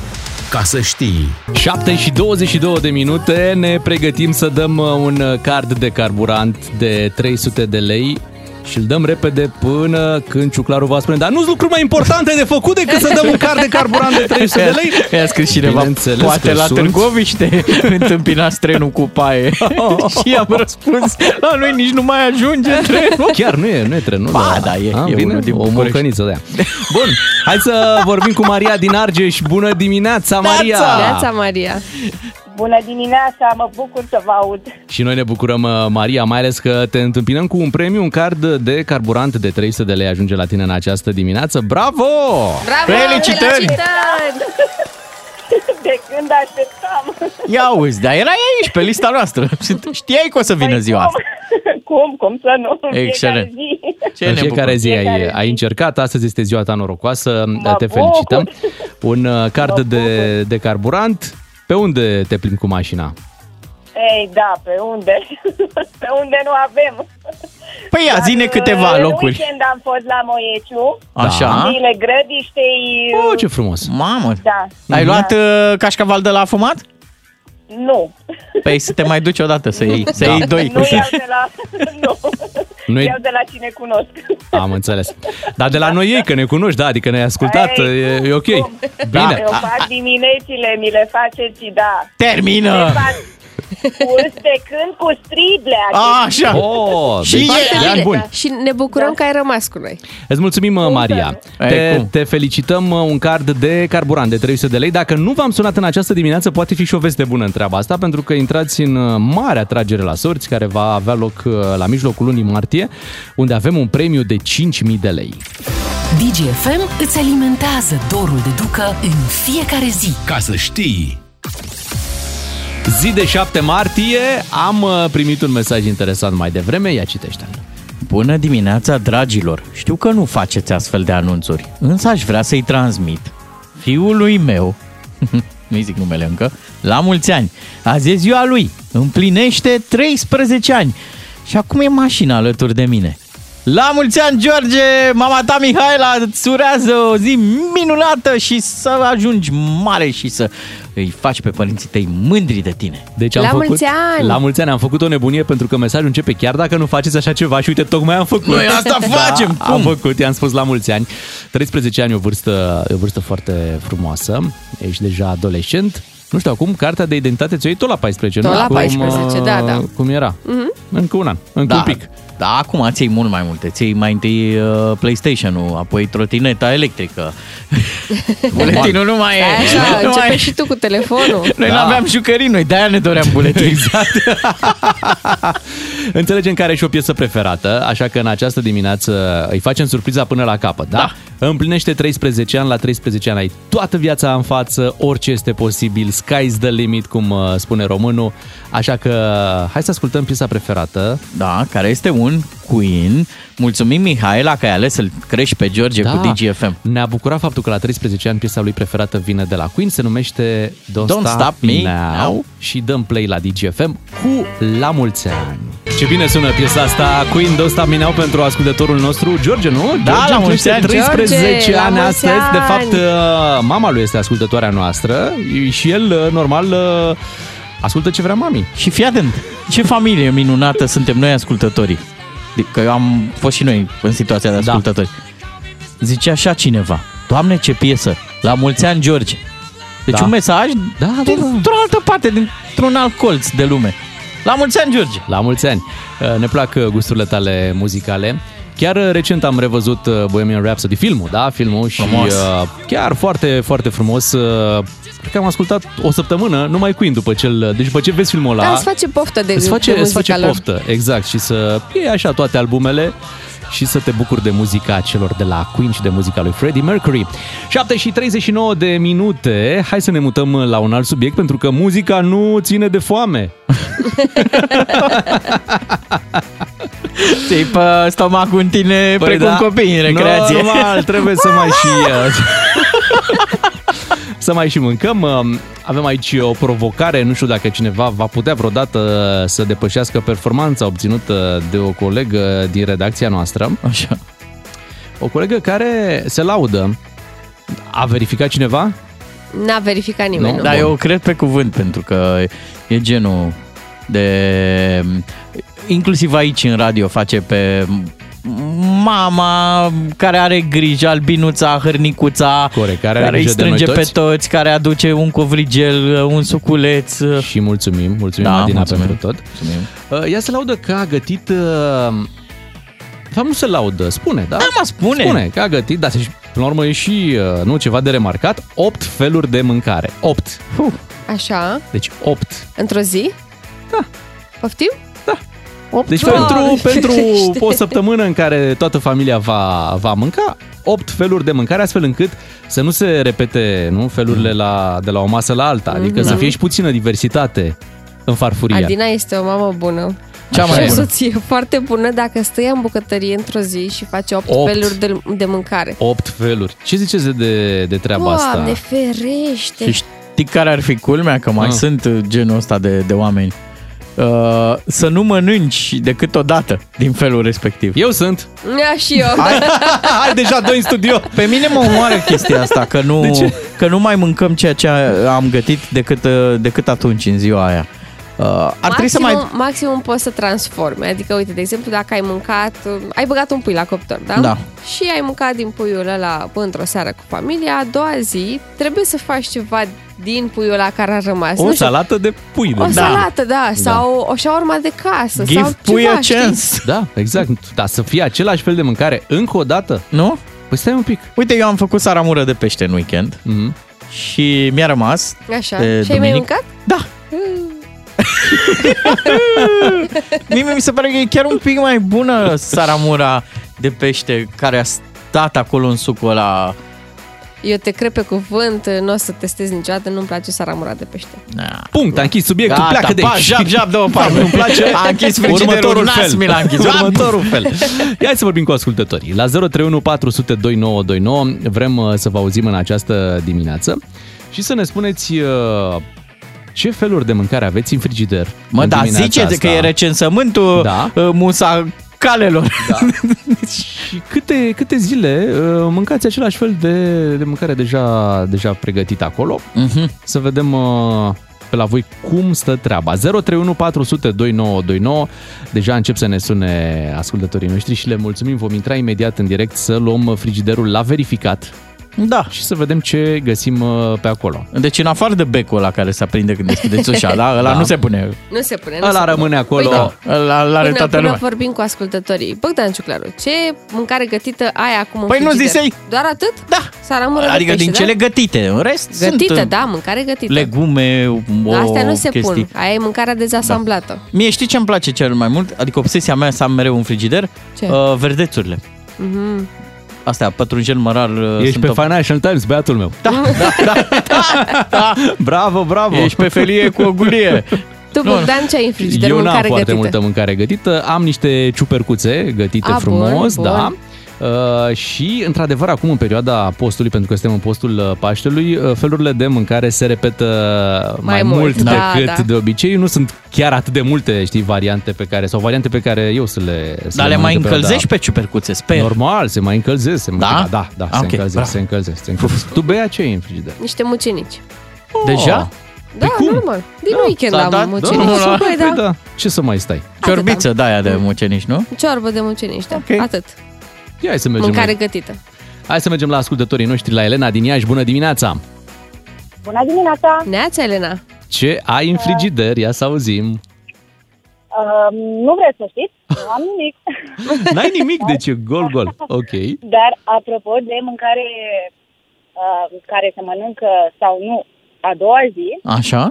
B: Ca să știi.
C: 7 și 22 de minute, ne pregătim să dăm uh, un uh, card de carburant de 300 de lei și îl dăm repede până când ciuclarul va spune, dar nu sunt lucruri mai importante de făcut decât să dăm un card de carburant de 300 de lei.
E: I-a scris cineva,
C: Bineînțeles
E: poate
C: că
E: la
C: sunt.
E: Târgoviște întâmpinați trenul cu paie.
C: Oh.
E: și am răspuns, la noi nici nu mai ajunge trenul.
C: Chiar nu e, nu e trenul.
E: Ba, da, e-
C: A,
E: e
C: bine,
E: unul din
C: o
E: București.
C: mocăniță de aia. Bun, hai să vorbim cu Maria din Argeș. Bună dimineața, Maria!
D: Neața, Maria!
K: Bună dimineața, mă bucur să vă aud.
C: Și noi ne bucurăm, uh, Maria, mai ales că te întâmpinăm cu un premiu, un card de carburant de 300 de lei ajunge la tine în această dimineață. Bravo!
D: Bravo!
E: Felicitări!
D: felicitări!
K: De când așteptam?
E: Ia uzi, dar era aici pe lista noastră. Știai că o să vină ziua asta.
K: Cum, cum să nu? În fiecare
E: Excelent.
K: zi.
E: Ce
C: în
E: ne
C: fiecare
E: bucur.
C: zi ai,
K: Fiecare zi.
C: ai încercat, astăzi este ziua ta norocoasă,
K: Mă
C: te
K: bucur.
C: felicităm. Un uh, card
K: Mă
C: de, de carburant, pe unde te plimbi cu mașina?
K: Ei, da, pe unde? pe unde nu avem.
E: Păi ia, zine
K: Dar,
E: câteva
K: În
E: locuri.
K: weekend am fost la Moieciu,
E: Așa.
K: zile grădiștei...
C: Oh, ce frumos! Mhm.
E: Mamă,
K: Da,
E: ai luat uh, cașcaval de la fumat?
K: nu.
E: Păi să te mai duci odată să iei, să
C: Da.
E: iei doi.
K: Nu iau de la... nu.
C: Noi-
K: Iau de la cine cunosc.
C: Am înțeles. Dar de la noi ei, că ne cunoști, da, adică ne-ai ascultat,
K: Ei,
C: e,
K: cum,
C: e ok.
K: cum?
C: Bine.
K: Eu fac diminețile, mi le faceți, da.
E: Termină!
K: Curs de când cu striblea.
E: Așa.
C: Oh,
E: Și
C: deci,
E: e-
C: de ani buni.
D: Și ne bucurăm
K: Da.
D: că ai rămas cu noi.
C: Îți mulțumim, mă, Maria.
E: Ei,
C: Te,
E: cum?
C: te felicităm mă, un card de carburant de 300 de lei. Dacă nu v-am sunat în această dimineață, poate fi și o veste bună în treaba asta, pentru că intrați în uh, marea tragere la sorți, care va avea loc uh, la mijlocul lunii martie, unde avem un premiu de 5.000 de lei.
A: DGFM îți alimentează dorul de ducă în fiecare zi.
B: Ca să știi.
C: Zi de 7 martie, am uh, primit un mesaj interesant mai devreme, ia citește
E: Bună dimineața, dragilor! Știu că nu faceți astfel de anunțuri, însă aș vrea să-i transmit fiului meu, nu-i zic numele încă, la mulți ani. Azi e ziua lui, împlinește 13 ani și acum e mașina alături de mine. La mulți ani, George! Mama ta, Mihaela, îți urează o zi minunată și să ajungi mare și să îi faci pe părinții tăi mândri de tine.
C: Deci am
D: La
C: făcut,
D: mulți ani!
C: La mulți ani am făcut o nebunie pentru că mesajul începe chiar dacă nu faceți așa ceva și uite, tocmai am făcut.
E: Noi asta facem,
C: Da, am
E: pum!
C: făcut, i-am spus la mulți ani. 13 ani e o vârstă, e o vârstă foarte frumoasă, ești deja adolescent. Nu știu acum, cartea de identitate ți-o iei tot la 14,
D: Tot
C: nu?
D: la
C: Acum,
D: 14,
C: uh,
D: da, da.
C: Cum era?
D: Mhm.
C: Încă un an, încă
E: da,
C: un pic.
E: Da, acum ți mult mai multe. Ți mai întâi uh, PlayStation-ul, apoi trotineta electrică. Buletinul nu mai e.
D: Stai Da, Așa,
E: nu
D: începe
E: mai
D: și tu cu telefonul.
E: Noi da. n-aveam jucării, noi de-aia ne doream buletin. exact.
C: Înțelegem care e și o piesă preferată, așa că în această dimineață îi facem surpriza până la capăt, da? da. Împlinește 13 ani, la 13 ani ai toată viața în față, orice este posibil, sky's the limit, cum uh, spune românul, așa că hai să ascultăm piesa preferată.
E: Da, care este un Queen. Mulțumim, Mihaela, că ai ales să-l crești pe George
C: Da.
E: cu DGFM.
C: Ne-a bucurat faptul că la 13 ani piesa lui preferată vine de la Queen, se numește Don't,
E: Don't Stop Me Now.
C: și dăm play la DGFM cu La mulți ani. Ce bine sună piesa asta, Queen Don't Stop Me Now pentru ascultătorul nostru, George, nu?
E: Da,
C: George
E: la mulți
C: împlinește
E: ani.
C: 13
D: George, la
C: ani
D: mulți
C: astăzi, de
D: ani.
C: fapt uh, mama lui este ascultătoarea noastră și el, uh, normal, ascultă ce vrea mami.
E: Și fii atent, ce familie minunată suntem noi ascultătorii. Că eu am fost și noi în situația de ascultători. Da. Zice așa cineva, Doamne ce piesă, la mulți ani George. Deci
C: Da.
E: da. un mesaj
C: Da, da, da.
E: dintr-o altă parte, dintr-un alt colț de lume. La mulți ani George!
C: La mulți ani! Uh, Ne plac uh, gusturile tale muzicale. Chiar uh, recent am revăzut uh, Bohemian Rhapsody, filmul, da? Filmul și
E: Frumos.
C: uh, chiar foarte, foarte frumos. Uh, Cred că am ascultat o săptămână numai Queen după cel... Deci după ce vezi filmul ăla...
D: Da, îți face poftă de,
C: îți face,
D: de
C: îți face
D: muzica lor.
C: poftă, exact. Și să iei așa toate albumele și să te bucuri de muzica celor de la Queen și de muzica lui Freddie Mercury. 7 și 39 de minute. Hai să ne mutăm la un alt subiect, pentru că muzica nu ține de foame.
E: Ți-ai pe stomacul în tine păi precum da. copii în recreație.
C: Normal, trebuie să mai și... uh, să mai și mâncăm. Um, Avem aici o provocare, nu știu dacă cineva va putea vreodată uh, să depășească performanța obținută uh, de o colegă din redacția noastră.
E: Așa.
C: O colegă care se laudă. A verificat cineva?
D: N-a verificat nimeni,
C: Nu?
D: nu?
E: Dar
C: Bun.
E: eu cred pe cuvânt, pentru că e genul de... Inclusiv aici în radio face pe mama care are grijă, albinuța, hârnicuța,
C: Corect, care are
E: care îi
C: grijă de noi
E: strânge pe
C: toți.
E: toți, care aduce un covrigel, un suculeț.
C: Și mulțumim, mulțumim
E: Da,
C: Adina
E: mulțumim.
C: pentru tot. Uh, Ea se laudă că a gătit... uh, De fapt, nu se laudă, spune, da?
E: Da, mă spune!
C: Spune că a gătit, dar și- până la urmă e și, uh, nu, ceva de remarcat, 8 feluri de mâncare. 8. Huh.
D: Așa,
C: Deci 8.
D: într-o zi? Da. Poftim?
C: 8 deci
D: feluri.
C: pentru, pentru
D: Crește.
C: o săptămână în care toată familia va, va mânca, 8 feluri de mâncare, astfel încât să nu se repete nu, felurile la, de la o masă la alta, adică
E: Mhm.
C: să fie și puțină diversitate în farfurie.
D: Adina este o mamă bună.
E: Cea
D: și
E: mai
D: o
E: bună.
D: soție foarte bună dacă stă ea în bucătărie într-o zi și face 8,
C: Opt.
D: feluri de, de mâncare.
C: 8 feluri. Ce ziceți de- de, de treaba asta?
D: Doamne, ferește!
E: Și știi care ar fi culmea? Că mai
C: Ah.
E: sunt uh, genul ăsta de, de oameni. Uh, să nu mănânci decât o dată din felul respectiv.
C: Eu sunt.
D: Ia și eu.
C: Ai deja doi în studio.
E: Pe mine mă omoară chestia asta, că nu, că nu mai mâncăm ceea ce am gătit decât, uh, decât atunci, în ziua aia. Uh, ar trebui să mai...
D: Maximum poți să transforme. Adică, uite, de exemplu, dacă ai mâncat... Ai băgat un pui la coptor, da?
E: Da.
D: Și ai mâncat din puiul ăla bă, într-o seară cu familia, a doua zi trebuie să faci ceva din puiul ăla care a rămas.
C: O
D: nu știu,
C: salată de pui.
D: o
C: de-
D: salată, da, sau o șaurma de casă,
E: Give
D: sau
E: pui
D: ceva,
E: a chance,
D: știi?
C: Da, exact. Dar să fie același fel de mâncare încă o dată?
E: nu?
C: Păi stai un pic.
E: Uite, eu am făcut saramură de pește în weekend
C: Mhm.
E: și mi-a rămas...
D: Așa.
E: De
D: și ai mai
E: duminic-
D: mâncat?
E: Da! Mie mi se pare că e chiar un pic mai bună saramura de pește care a stat acolo în sucul ăla.
D: Eu te cred pe cuvânt, nu o să testez niciodată, nu-mi place saramura de pește.
E: Na.
C: Punct, a închis subiectul,
E: Gata,
C: pleacă de
E: pa,
C: aici. Da.
E: jap, jap, dă-o parte.
C: Nu-mi place.
E: A închis frigiderul,
C: Următorul
E: nas
C: fel.
E: mi l-a închis.
C: Următorul fel. Ia hai să vorbim cu ascultătorii. La 031 400 2929 vrem uh, să vă auzim în această dimineață și să ne spuneți uh, ce feluri de mâncare aveți în frigider.
E: Mă,
C: în
E: da,
C: dimineața Da.
E: ziceți
C: asta.
E: uh, că e recensământul
C: Da.
E: da. musa calelor. Da.
C: Și câte, câte zile uh, mâncați același fel de, de mâncare deja, deja pregătită acolo.
E: Mhm.
C: Să vedem uh, pe la voi cum stă treaba. 031 400 2929. Deja încep să ne sune ascultătorii noștri și le mulțumim. Vom intra imediat în direct să luăm frigiderul la verificat.
E: Da.
C: Și să vedem ce găsim uh, pe acolo.
E: Deci în afară de becul ăla care se aprinde când deschideți ușa, la, la da. nu se pune.
D: Nu se pune. Păi da. Nu
C: Ăla
D: se
C: rămâne acolo.
D: Uite,
E: La, la
D: până,
E: toată
D: până
E: lumea.
D: vorbim cu ascultătorii. Bogdan Ciuclaru, ce mâncare gătită ai acum în
E: Păi nu
D: frigider?
E: zisei?
D: Doar atât?
E: Da.
D: Saramură de
E: Adică
D: pește,
E: din
D: da?
E: cele gătite, în rest
D: Gătită,
E: sunt
D: da, mâncare gătită.
E: legume, o,
D: Dar astea nu se
E: chestii. Da.
D: pun. Aia e mâncarea dezasamblată.
E: Mie știi ce îmi place cel mai mult? Adică obsesia mea să am mereu un frigider?
D: Ce?
E: Uh, verdețurile.
D: Mhm.
E: Astea, pătrunjel mărar. uh,
C: Ești
E: sunt
C: pe
E: top.
C: Financial Times, băiatul meu.
E: Da,
C: Bravo, bravo.
E: Ești pe felie cu o gulie.
D: Tu, Bogdan, ce ai în frigider?
C: Eu n-am
D: Deci mâncare
C: foarte
D: gătită.
C: multă mâncare gătită. Am niște ciupercuțe gătite
D: A, bun,
C: frumos,
D: bun.
C: da. Uh, și, într-adevăr, acum în perioada postului, pentru că suntem în postul uh, Paștelui, uh, felurile de mâncare se repetă uh, mai,
D: Mai mult,
C: mult
D: da,
C: decât
D: da.
C: de obicei. Nu sunt chiar atât de multe, știi, variante pe care, sau variante pe care eu să le să
E: Dar le
C: mănânc
E: mai
C: în perioada-
E: încălzești pe ciupercuțe, sper.
C: Normal, se mai încălzesc. Se da? da? Da, da,
E: Ah,
C: se,
E: ok,
C: încălzesc,
E: bravo.
C: se încălzesc, se încălzesc. Tu, Bea, ce e în frigider?
D: Niște mucinici.
E: Deja?
D: Da, normal. Din weekend
E: Păi s-a dat
D: am mucinici.
E: drumul la-
D: Păi, da. Mm.
C: Ce să mai stai?
E: Ciorbiță de aia de mucenici, nu?
D: Ciorbă de mucinici, da. Atât.
C: Ia Oh, hai să mergem
D: Mâncare
C: mai-
D: gătită.
C: Hai să mergem la ascultătorii noștri, la Elena din Iași. Bună dimineața!
D: Bună dimineața! Neața, Elena!
C: Ce ai în frigider? Ia să auzim.
K: Uh, nu vreți să știți, nu am nimic.
C: N-ai nimic, deci e gol, gol. Ok.
K: Dar apropo de mâncare uh, care se mănâncă sau nu a doua zi,
E: Așa?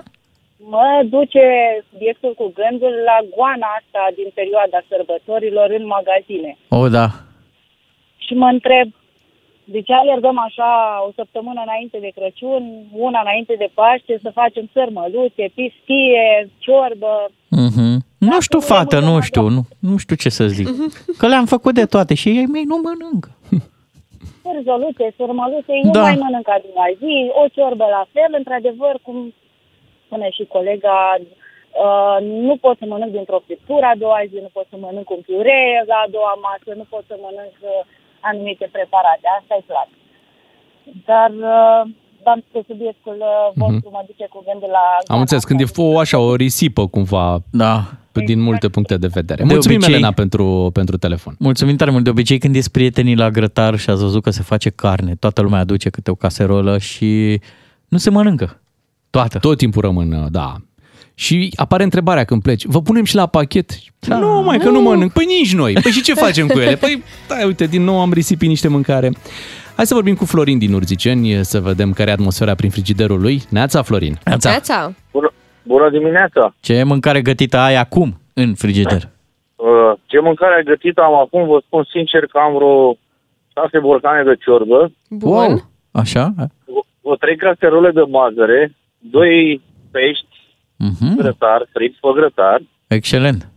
K: mă duce subiectul cu gândul la goana asta din perioada sărbătorilor în magazine.
E: O, da.
K: Și mă întreb, de ce alergăm așa o săptămână înainte de Crăciun, una înainte de Paște, să facem sărmăluțe, pistie, ciorbă,
E: Mhm. Nu
D: Da,
E: știu, fată, nu știu, nu, nu știu ce să zic.
D: Mhm.
E: Că le-am făcut de toate și ei mei nu mănâncă.
K: Sârzoluțe, sârmăluțe,
E: Da.
K: eu da. mai mănânc a doua zi, o ciorbă la fel, într-adevăr, cum spune și colega, uh, nu pot să mănânc dintr-o friptură a doua zi, nu pot să mănânc un piure la a doua masă, nu pot să mănânc uh, anumite preparate, asta e clar. Dar uh, v-am spus subiectul
E: Mhm.
K: uh, vostru, mă duce cu gândul la...
C: Am înțeles, când e o, așa, o risipă cumva
E: da.
C: din multe puncte de vedere.
E: De
C: Mulțumim,
E: obicei-
C: Elena, pentru, pentru telefon.
E: Mulțumim tare mult. De obicei când ies prietenii la grătar și ați văzut că se face carne, toată lumea aduce câte o caserolă și nu se mănâncă. Toată.
C: Tot timpul rămân, da. Și apare întrebarea când pleci. Vă punem și la pachet? Da. Nu, mai că nu mănânc. Păi nici noi. Păi și ce facem cu ele? Păi, da, uite, din nou am risipit niște mâncare. Hai să vorbim cu Florin din Urziceni, să vedem care e atmosfera prin frigiderul lui. Neața, Florin.
E: Da.
D: Neața!
L: Bună, bună dimineața!
E: Ce mâncare gătită ai acum în frigider?
L: Uh, Ce mâncare gătită am acum, vă spun sincer că am vreo șase borcane de ciorbă,
E: Wow. Așa?
L: o trei caserole de mazăre, doi pești
E: Mhm.
L: grătar, fripți pe grătar,
E: Excelent.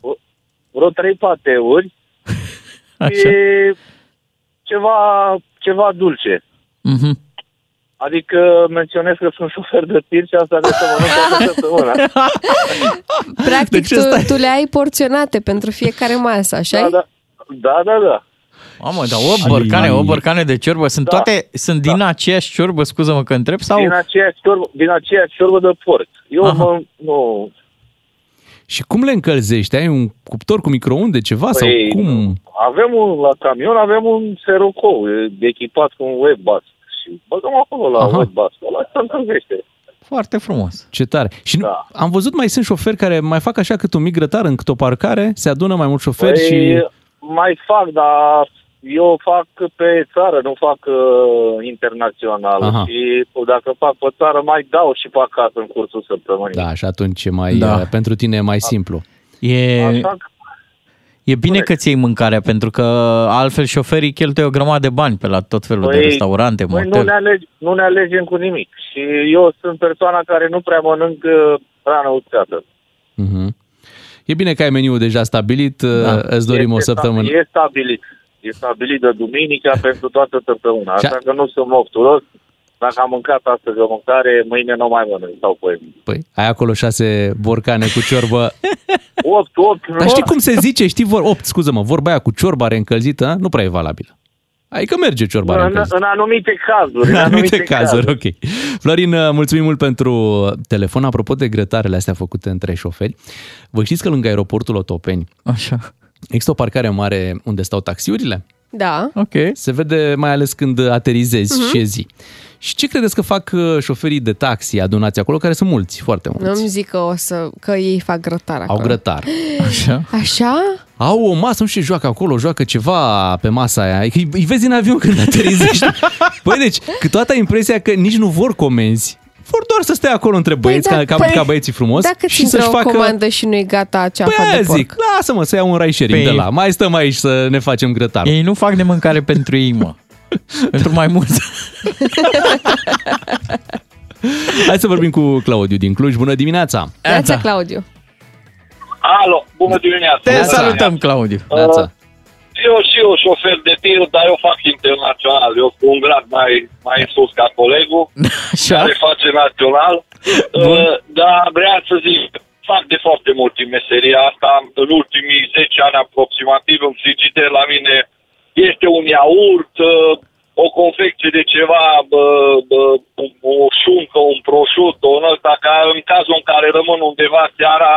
L: vreo trei pateuri și
E: Așa.
L: ceva, ceva dulce.
E: Mhm.
L: Adică menționez că sunt șofer de tir și asta trebuie să mănânc toată săptămâna.
C: Deci
D: Practic, tu, tu le ai porționate pentru fiecare masă, așa da, da.
L: Da, da, da.
E: Mamă, dar 8 borcane, 8 borcane de ciorbă, sunt
L: Da.
E: toate, sunt din aceeași ciorbă, scuză-mă că întreb, sau...
L: Din, aceeași ciorbă, din aceeași ciorbă de porc. Eu mă, nu,
C: Și cum le încălzești? Ai un cuptor cu microunde, ceva?
L: Păi,
C: sau cum?
L: Avem un, la camion avem un serocou e echipat cu un webbus și băgăm acolo la
C: Aha.
L: webbus. Ăla se încălzește.
E: Foarte frumos.
C: Ce tare. Și da. am văzut mai sunt șoferi care mai fac așa cât un mic grătar în cât o parcare, se adună mai mulți șoferi și...
L: Păi, mai fac, dar eu fac pe țară, nu fac uh, internațional.
C: Aha.
L: Și dacă fac pe țară, mai dau și pe acasă în cursul săptămânii.
C: Da, și atunci e mai,
E: Da.
C: da. pentru tine e mai simplu.
E: E,
L: Așa că,
E: e bine că ți iei mâncarea, pentru că altfel șoferii cheltuie o grămadă de bani pe la tot felul Da, de
L: Păi,
E: restaurante,
L: Noi nu ne,
E: motel.
L: alege, nu ne alegem cu nimic. Și eu sunt persoana care nu prea mănânc uh, rană uscată.
C: Uh-huh. E bine că ai meniul deja stabilit, da. îți dorim o
L: Este
C: săptămână.
L: stabil- E stabilit. E stabilit de duminica pentru toată săptămâna. Așa că nu sunt mofturos. Dacă am mâncat astăzi o mâncare, mâine nu o mai mănânc sau poi.
C: Păi, ai acolo șase borcane cu ciorbă.
L: 8, 8,
C: Dar știi cum se zice? Știi, vor, 8, scuză-mă, vorba aia cu ciorba reîncălzită, a? nu prea e valabilă. Adică merge ciorba
L: în,
C: reîncălzită.
L: în anumite cazuri.
C: În anumite cazuri, ok. Florin, uh, mulțumim mult pentru telefon. Apropo de grătarele astea făcute între șoferi, vă știți că lângă aeroportul Otopeni
E: Așa.
C: există o parcare mare unde stau taxiurile?
D: Da.
E: Ok.
C: Se vede mai ales când aterizezi
D: Mhm.
C: uh-huh. și zi. Și ce credeți că fac uh, șoferii de taxi adunați acolo, care sunt mulți, foarte mulți?
D: Nu-mi zic că, o să, că ei fac grătar acolo.
C: Au grătar.
E: Da. Așa.
D: Așa?
C: Au o masă, nu știu ce joacă acolo, joacă ceva pe masa aia. Adică Îi, îi vezi în avion când aterizești. Păi deci, câteodată ai impresia că nici nu vor comenzi. Vor doar să stea acolo între băieți,
D: da,
C: păi, ca, ca,
D: păi,
C: ca băieții frumos,
D: Dacă
C: și să-și
D: o
C: facă...
D: comandă și nu-i gata ceafa
C: Păi aia
D: de porc.
C: zic, lasă-mă să iau un rai sharing
E: Pe-
C: de la. Mai stăm aici să ne facem grătar.
E: Păi- Ei nu fac de mâncare pentru ei, mă. pentru mai mult.
C: Hai să vorbim cu Claudiu din Cluj. Bună dimineața!
D: Neața, Claudiu.
M: Alo, bună dimineața!
E: Claudiu!
C: Neața.
M: Eu și eu șofer de tir, dar eu fac internațional. Eu cu un grad mai, mai sus ca colegul,
E: Așa.
M: care face național. Uh, Dar vreau să zic, fac de foarte mult din meseria asta. În ultimii 10 ani aproximativ, în frigider la mine este un iaurt, uh, o confecție de ceva, bă, bă, o șuncă, un prosciutto, un ăsta, ca în cazul în care rămân undeva seara,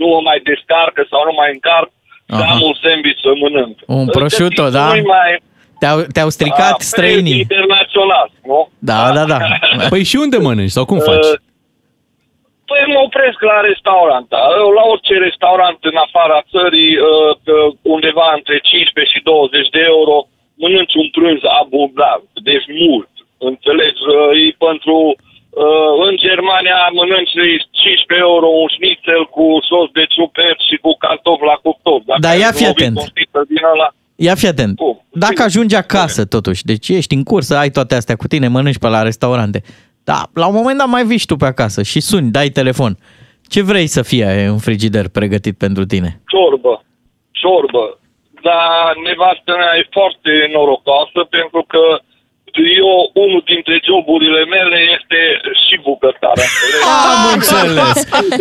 M: nu mă mai descarcă sau nu mai încarc, să
E: Aha.
M: am un sandwich să mănânc. Deci,
E: Un prosciutto, da?
M: Nu-i mai
E: Te-au, te-au stricat
M: a,
E: străinii.
M: internațional, nu?
E: Da, da, da.
C: Păi și unde mănânci sau cum faci?
M: Uh, Păi mă opresc la restaurant. da. Eu La orice restaurant în afara țării, uh, uh, undeva între 15 și 20 de euro, mănânci un prânz abundant, deci mult. Înțelegi? Uh, E pentru... uh, În Germania mănânci 15 euro un schnitzel cu sos de ciuperci și cu cartofi la cuptor. Dacă
E: Dar ia
M: ai
E: fi
M: lovit
E: atent.
M: o sticlă Din ăla,
E: Ia fii atent. Dacă ajungi acasă, totuși, deci ești în cursă, ai toate astea cu tine, mănânci pe la restaurante. Da, la un moment dat mai vii și tu pe acasă și suni, dai telefon. Ce vrei să fie în frigider pregătit pentru tine?
M: Ciorbă. Ciorbă. Dar nevastă mea e foarte norocoasă pentru că eu, unul dintre joburile mele este și bucătarea.
C: Am Ah! înțeles.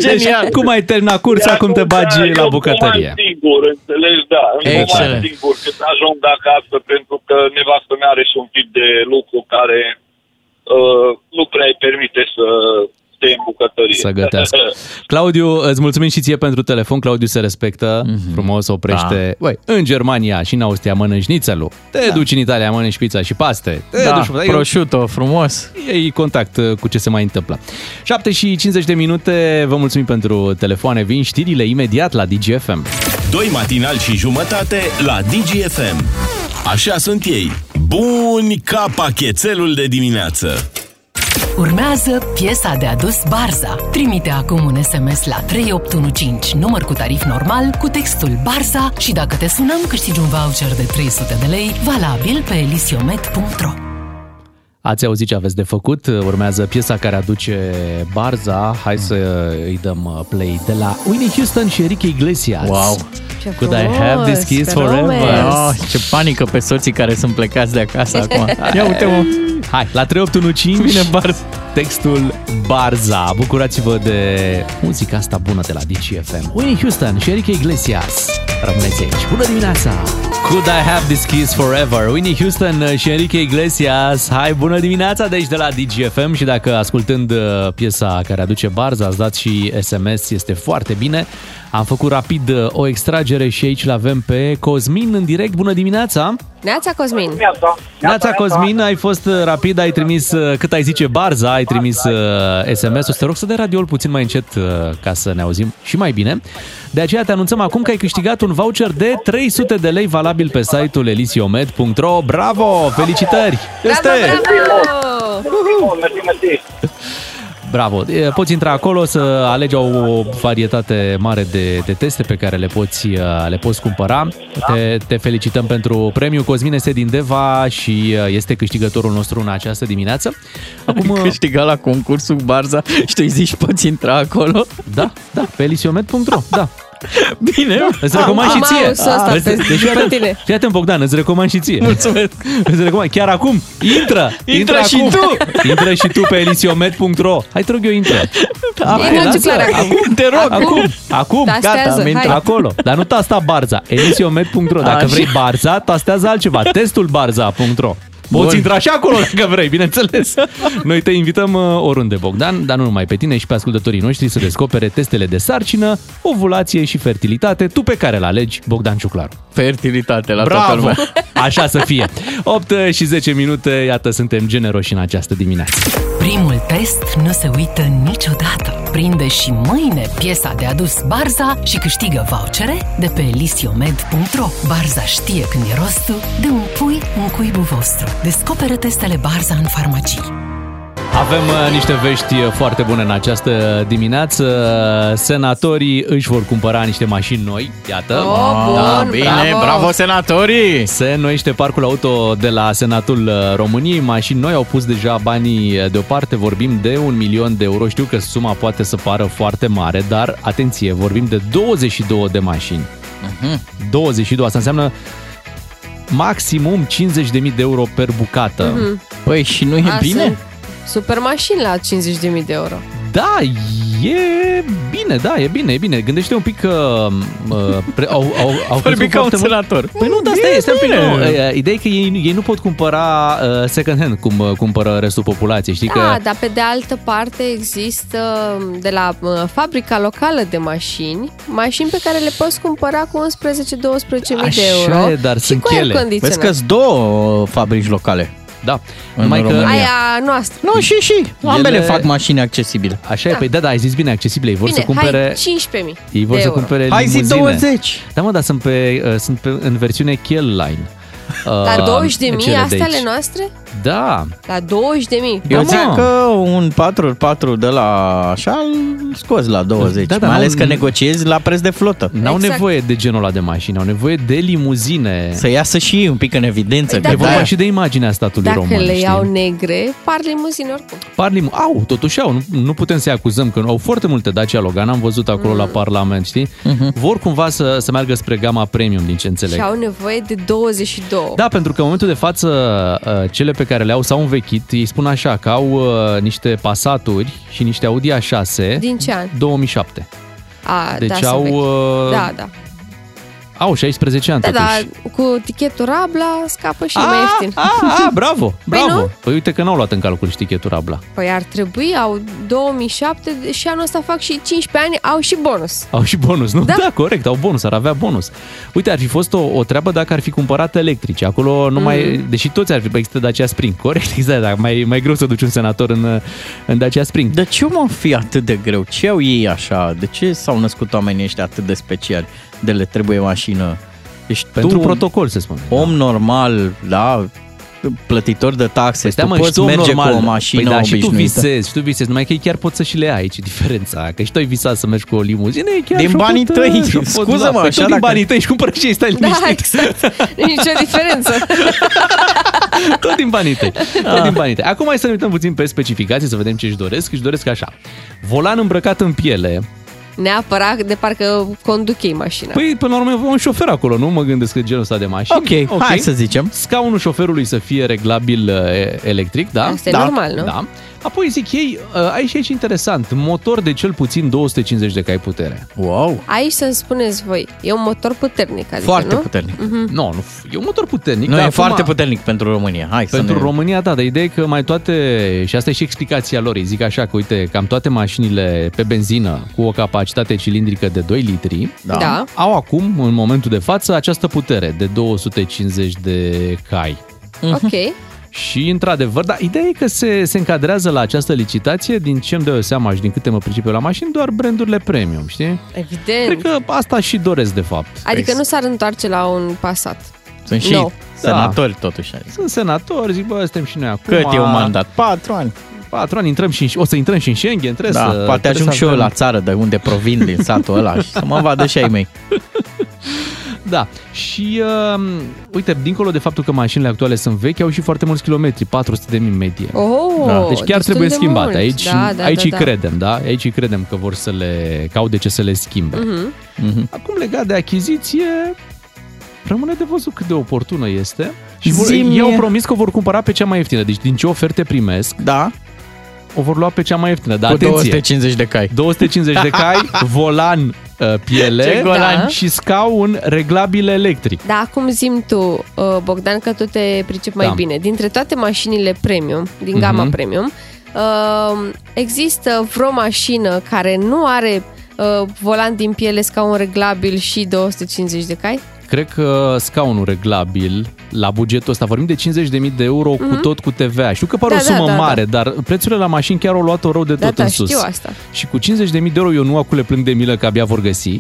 C: Deci, cum ai terminat cursa, acum te bagi la bucătărie.
M: Sigur, înțelegi, da. În
C: Excelent.
M: sigur cât ajung acasă pentru că nevastă mea are și un tip de lucru care uh, nu prea îi permite să stea în bucătărie.
C: Să gătească. Claudiu, îți mulțumim și ție pentru telefon. Claudiu se respectă,
E: Mhm.
C: mm-hmm. frumos oprește. Da. Băi, în Germania și în Austria mănânci nițelul. Te da. duci în Italia, mănânci pizza și paste. Te
E: Da,
C: duci,
E: prosciutto, frumos.
C: Ei contact uh, cu ce se mai întâmplă. 7 și 50 de minute, vă mulțumim pentru telefoane. Vin știrile imediat la DGFM.
B: Doi matinal și jumătate la DGFM. Așa sunt ei. Buni ca pachetelul de dimineață.
A: Urmează piesa de adus Barza. Trimite acum un SMS la 3815, număr cu tarif normal, cu textul Barza și dacă te sunăm, câștigi un voucher de 300 de lei, valabil pe elisiomet.ro.
C: Ați auzit ce aveți de făcut, urmează piesa care aduce Barza. Hai să îi dăm uh, play de la Whitney Houston și Enrique Iglesias.
E: Wow.
D: Ce
C: Could I have this kiss
D: frumos,
C: forever?
D: frumos.
E: Oh, ce panică pe soții care sunt plecați de acasă acum. Ia uite-mă.
C: Hai, la 3815 vine bar... textul Barza. Bucurați-vă de muzica asta bună de la DCFM. Whitney Houston și Enrique Iglesias. Rămâneți aici. Bună dimineața! Could I have this kiss forever? Whitney Houston și Enrique Iglesias. Hai, bună dimineața de aici de la DGFM și dacă ascultând uh, piesa care aduce Barza, ați dat și SMS, este foarte bine. Am făcut rapid uh, o extragere și aici l-avem pe Cosmin în direct. Bună dimineața!
D: Neața, Cosmin.
C: Neața Cosmin, ai fost uh, rapid, ai trimis, uh, cât ai zice, barza, ai trimis uh, SMS-ul. Să te rog să dai radioul puțin mai încet uh, ca să ne auzim și mai bine. De aceea te anunțăm acum că ai câștigat un voucher de 300 de lei valabil pe site-ul elisiomed.ro. Bravo! Felicitări! Este!
M: Mersi, mersi.
C: Bravo! E, Poți intra acolo să alegi o varietate mare de, de teste pe care le poți, uh, le poți cumpăra.
E: Da.
C: Te, te felicităm pentru premiu. Cosmin este din Deva și uh, este câștigătorul nostru în această dimineață. Acum uh,
E: Câștiga la concursul Barza și tu îi zici poți intra acolo?
C: Da, da, pe elisiomet.ro, da.
E: Bine.
C: Îți recomand
D: Am-
C: și
D: am
C: ție. Deci,
D: auzul ăsta
C: Îți-
D: pe-
C: fii
D: pe
C: atent-
D: tine.
C: Fii atent, Bogdan, îți recomand și ție. Mulțumesc. Îți recomand. Chiar acum. Intră.
E: Intră și
C: acum.
E: tu.
C: Intră și tu pe elisiomed.ro. Hai, te rog eu, intră.
E: Acum,
C: Hai,
E: lasă.
C: lasă.
E: acum, te rog.
C: Acum, acum, gata,
E: Tastează,
C: am intrat
E: hai.
C: acolo. Dar nu tasta Barza, elisiomed.ro. Dacă
E: Așa.
C: vrei Barza, tastează altceva, testulbarza.ro.
E: Bun.
C: Poți intra și acolo dacă vrei, bineînțeles. Noi te invităm uh, oriunde, Bogdan, dar nu numai pe tine și pe ascultătorii noștri să descopere testele de sarcină, ovulație și fertilitate, tu pe care le alegi, Bogdan Ciuclaru.
E: Fertilitate la
C: Bravo!
E: toată lumea.
C: Așa să fie. 8 și 10 minute, iată, suntem generoși în această dimineață.
A: Primul test nu se uită niciodată. Prinde și mâine piesa de adus Barza și câștigă vouchere de pe elisiomed.ro. Barza știe când e rostul de un pui în cuibul vostru. Descoperă testele Barza în farmacii.
C: Avem uh, niște vești uh, foarte bune în această dimineață. Uh, Senatorii își vor cumpăra niște mașini noi, iată.
E: Oh, bun, bravo.
C: Eh, senatorii! Se înnoiește parcul auto de la Senatul uh, României. Mașini noi au pus deja banii uh, deoparte. Vorbim de un milion de euro. Știu că suma poate să pară foarte mare, dar atenție, vorbim de 22 de mașini. Mhm. 22, asta înseamnă maximum 50.000 de euro per bucată.
D: Mhm.
C: Păi și nu
D: A, sunt Super mașini la 50.000 de euro.
C: Da, e bine, da, e bine, e bine. Gândește un pic că uh, pre, au, au, au
E: Vorbi
C: crescut
E: ca un
C: foarte mult.
E: senator.
C: Păi nu, dar asta
E: Bine,
C: este un pic
E: bine.
C: nu. Uh, Ideea e că ei, ei nu pot cumpăra uh, second hand cum uh, cumpără restul populației, știi
D: Da,
C: că...
D: dar pe de altă parte există m, de la m, fabrica locală de mașini, mașini pe care le poți cumpăra cu 11-12.000 de euro.
E: e, dar sunt
D: cu aer chele. condiționat.
E: Vezi că sunt două uh, fabrici locale.
C: Da.
E: În Numai România. Că...
D: Aia noastră.
E: Nu, și, și. Ambele
C: Ele-
E: fac mașini accesibile.
C: Așa e,
D: Da.
C: păi da, da, ai zis bine, accesibile. Ei vor
D: Bine,
C: să cumpere...
D: hai 15.000
C: Ei vor
D: de
C: să
D: euro.
C: cumpere
E: Hai zi
C: limuzine.
E: 20.
C: Da, mă, dar sunt, pe, uh, sunt pe, în versiune Kiel Line. Uh,
D: La 20 de mii,
C: cele
D: astea
C: aici.
D: ale noastre?
C: Da.
D: La 20 de mii.
E: Eu zic că un 4x4 de la așa îl scoți la 20, da,
C: Da,
E: da,
C: da,
E: mai ales
C: n-au-
E: că negociezi la preț de flotă.
C: N-au Exact. nevoie de genul ăla de mașini, au nevoie de limuzine.
E: Să iasă și ei un pic în evidență.
D: Păi
E: că
C: E vorba
E: de-aia-
C: și de imaginea statului
D: Dacă
C: român.
D: le
C: știi?
D: iau negre, par limuzine oricum.
C: Par lim- au, totuși au, nu, nu putem să-i acuzăm, că au foarte multe Dacia Logan, am văzut acolo la Parlament, știi? Vor cumva să, să meargă spre gama premium, din ce înțeleg.
D: Mhm. Și au nevoie de 22.
C: Da, pentru că în momentul de față uh, cele pe care le au s-au învechit, ei spun așa, că au uh, niște Passaturi și niște Audi A6
D: Din ce an?
C: 2007.
D: A,
C: Deci
D: da, sunt
C: au,
D: vechi.
C: uh,
D: Da, da.
C: Au 16 ani
D: Da,
C: totuși.
D: dar cu tichetul Rabla scapă
C: Ah,
D: și e mai ieftin.
C: A, a, ah, bravo,
D: Păi
C: bravo.
D: nu?
C: Păi, uite că n-au luat în calcul știchetul Rabla.
D: Păi ar trebui, au 2007 de- și anul ăsta fac și 15 ani, au și bonus.
C: Au și bonus, nu? Da. da, corect, au bonus, ar avea bonus. Uite, ar fi fost o, o treabă dacă ar fi cumpărat electrice. Acolo nu mai,
D: Mhm.
C: deși toți ar fi, bă, există Dacia Spring, corect, exact, dar mai, mai greu să duci un senator în, în Dacia Spring.
E: De ce mă fi atât de greu? Ce au ei așa? De ce s-au născut oamenii ăștia atât de speciali? De le trebuie mașină? Ești
C: Pentru
E: tu,
C: protocol, se spune.
E: Om normal, da, plătitor de taxe,
C: Păi stai,
E: tu
C: mă, și
E: poți
C: tu om
E: merge
C: normal.
E: cu o mașină
C: păi da, și tu
E: obișnuită.
C: visezi, și tu visezi, numai că ei chiar pot să și le ai aici, diferența. Că și tu ai visat să mergi cu o limuzină, e chiar
E: Din
C: și-o
E: banii
C: pot,
E: tăi.
C: și-o pot
E: Scuză-mă,
C: lua.
E: așa
C: Păi tu din
E: dacă-
C: banii tăi și cumpără și ei, stai liniștit.
D: Da, exact. Nu e nicio diferență.
C: Tot din banii tăi.
D: Ah.
C: Tot din banii tăi. Acum hai să ne uităm puțin pe specificații, să vedem ce își doresc. Își doresc așa. Volan îmbrăcat în piele.
D: Neapărat de parcă conduc ei mașina.
C: Păi, până la urmă, e un șofer acolo, nu mă gândesc că genul ăsta de mașină.
E: Ok, hai să zicem.
C: Scaunul șoferului să fie reglabil uh, electric, da?
D: Asta e
C: da.
D: normal, nu?
C: Da. Apoi zic ei, uh, ai și aici interesant, motor de cel puțin 250 de cai putere.
E: Wow!
D: Aici să-mi spuneți voi, e un motor puternic, adică,
C: Foarte
D: nu?
C: puternic.
D: Mhm.
C: Nu, nu, f- e un motor puternic.
E: Nu,
C: dar
E: e
C: acum-
E: foarte puternic pentru România. Hai
C: Pentru
E: să ne...
C: România, da, dar ideea e că mai toate, și asta e și explicația lor, îi zic așa că, uite, cam toate mașinile pe benzină cu o capacitate cilindrică de 2 litri
D: Da. Da.
C: au acum, în momentul de față, această putere de 250 de cai.
D: Ok.
C: Și, într-adevăr, da, ideea e că se, se încadrează la această licitație, din ce îmi dă eu seama și din câte mă pricep eu la mașini, doar brandurile premium, știi?
D: Evident.
C: Cred că Păi asta și doresc, de fapt.
D: Adică nu s-ar întoarce la un Passat.
E: Sunt și
D: No.
E: senatori totuși. Adică.
C: Da. Sunt senator, zic, bă, suntem și noi acum.
E: Cât e un mandat? Patru ani.
C: Patru ani, intrăm și în, o să intrăm și în Schengen, trebuie
E: da,
C: să...
E: poate
C: trebuie
E: ajung
C: să
E: și eu
C: avem-
E: la țară de unde provin din satul ăla și să mă vadă și ai mei.
C: Da. Și, uh, uite, dincolo de faptul că mașinile actuale sunt vechi, au și foarte mulți kilometri, 400 de mii medie.
D: Oh,
C: da. Deci chiar
D: destul
C: trebuie
D: de
C: schimbate.
D: mult.
C: Aici,
D: Da, da,
C: aici
D: da,
C: îi
D: da.
C: credem, da? Aici îi credem că vor să le caude ce să le schimbe.
D: Mhm.
E: Mhm.
C: Acum, legat de achiziție, rămâne de văzut cât de oportună este. Și vor,
E: Zi-mi-
C: ei au promis că o vor cumpăra pe cea mai ieftină. Deci din ce oferte primesc,
E: da.
C: o vor lua pe cea mai ieftină. Dar
E: Cu
C: Da, atenție,
E: 250 de cai.
C: 250 de cai, volan uh, piele
D: Ce golan. Da.
C: și scaun reglabil electric.
D: Da, acum zim tu, uh, Bogdan, că tu te pricep mai
C: Da.
D: bine. Dintre toate mașinile premium, din gama
C: Mhm.
D: premium, uh, există vreo mașină care nu are uh, volan din piele, scaun reglabil și 250 de cai?
C: Cred că scaunul reglabil la bugetul ăsta, vorbim de 50.000 de euro cu
D: Mhm.
C: tot cu TVA. Știu că pare
D: Da,
C: o
D: da,
C: sumă
D: da, da.
C: mare, dar prețurile la mașini chiar au luat-o rău de
D: Da,
C: tot
D: da,
C: în sus.
D: știu asta.
C: Și cu 50.000 de euro eu nu acum le plâng de milă că abia vor găsi.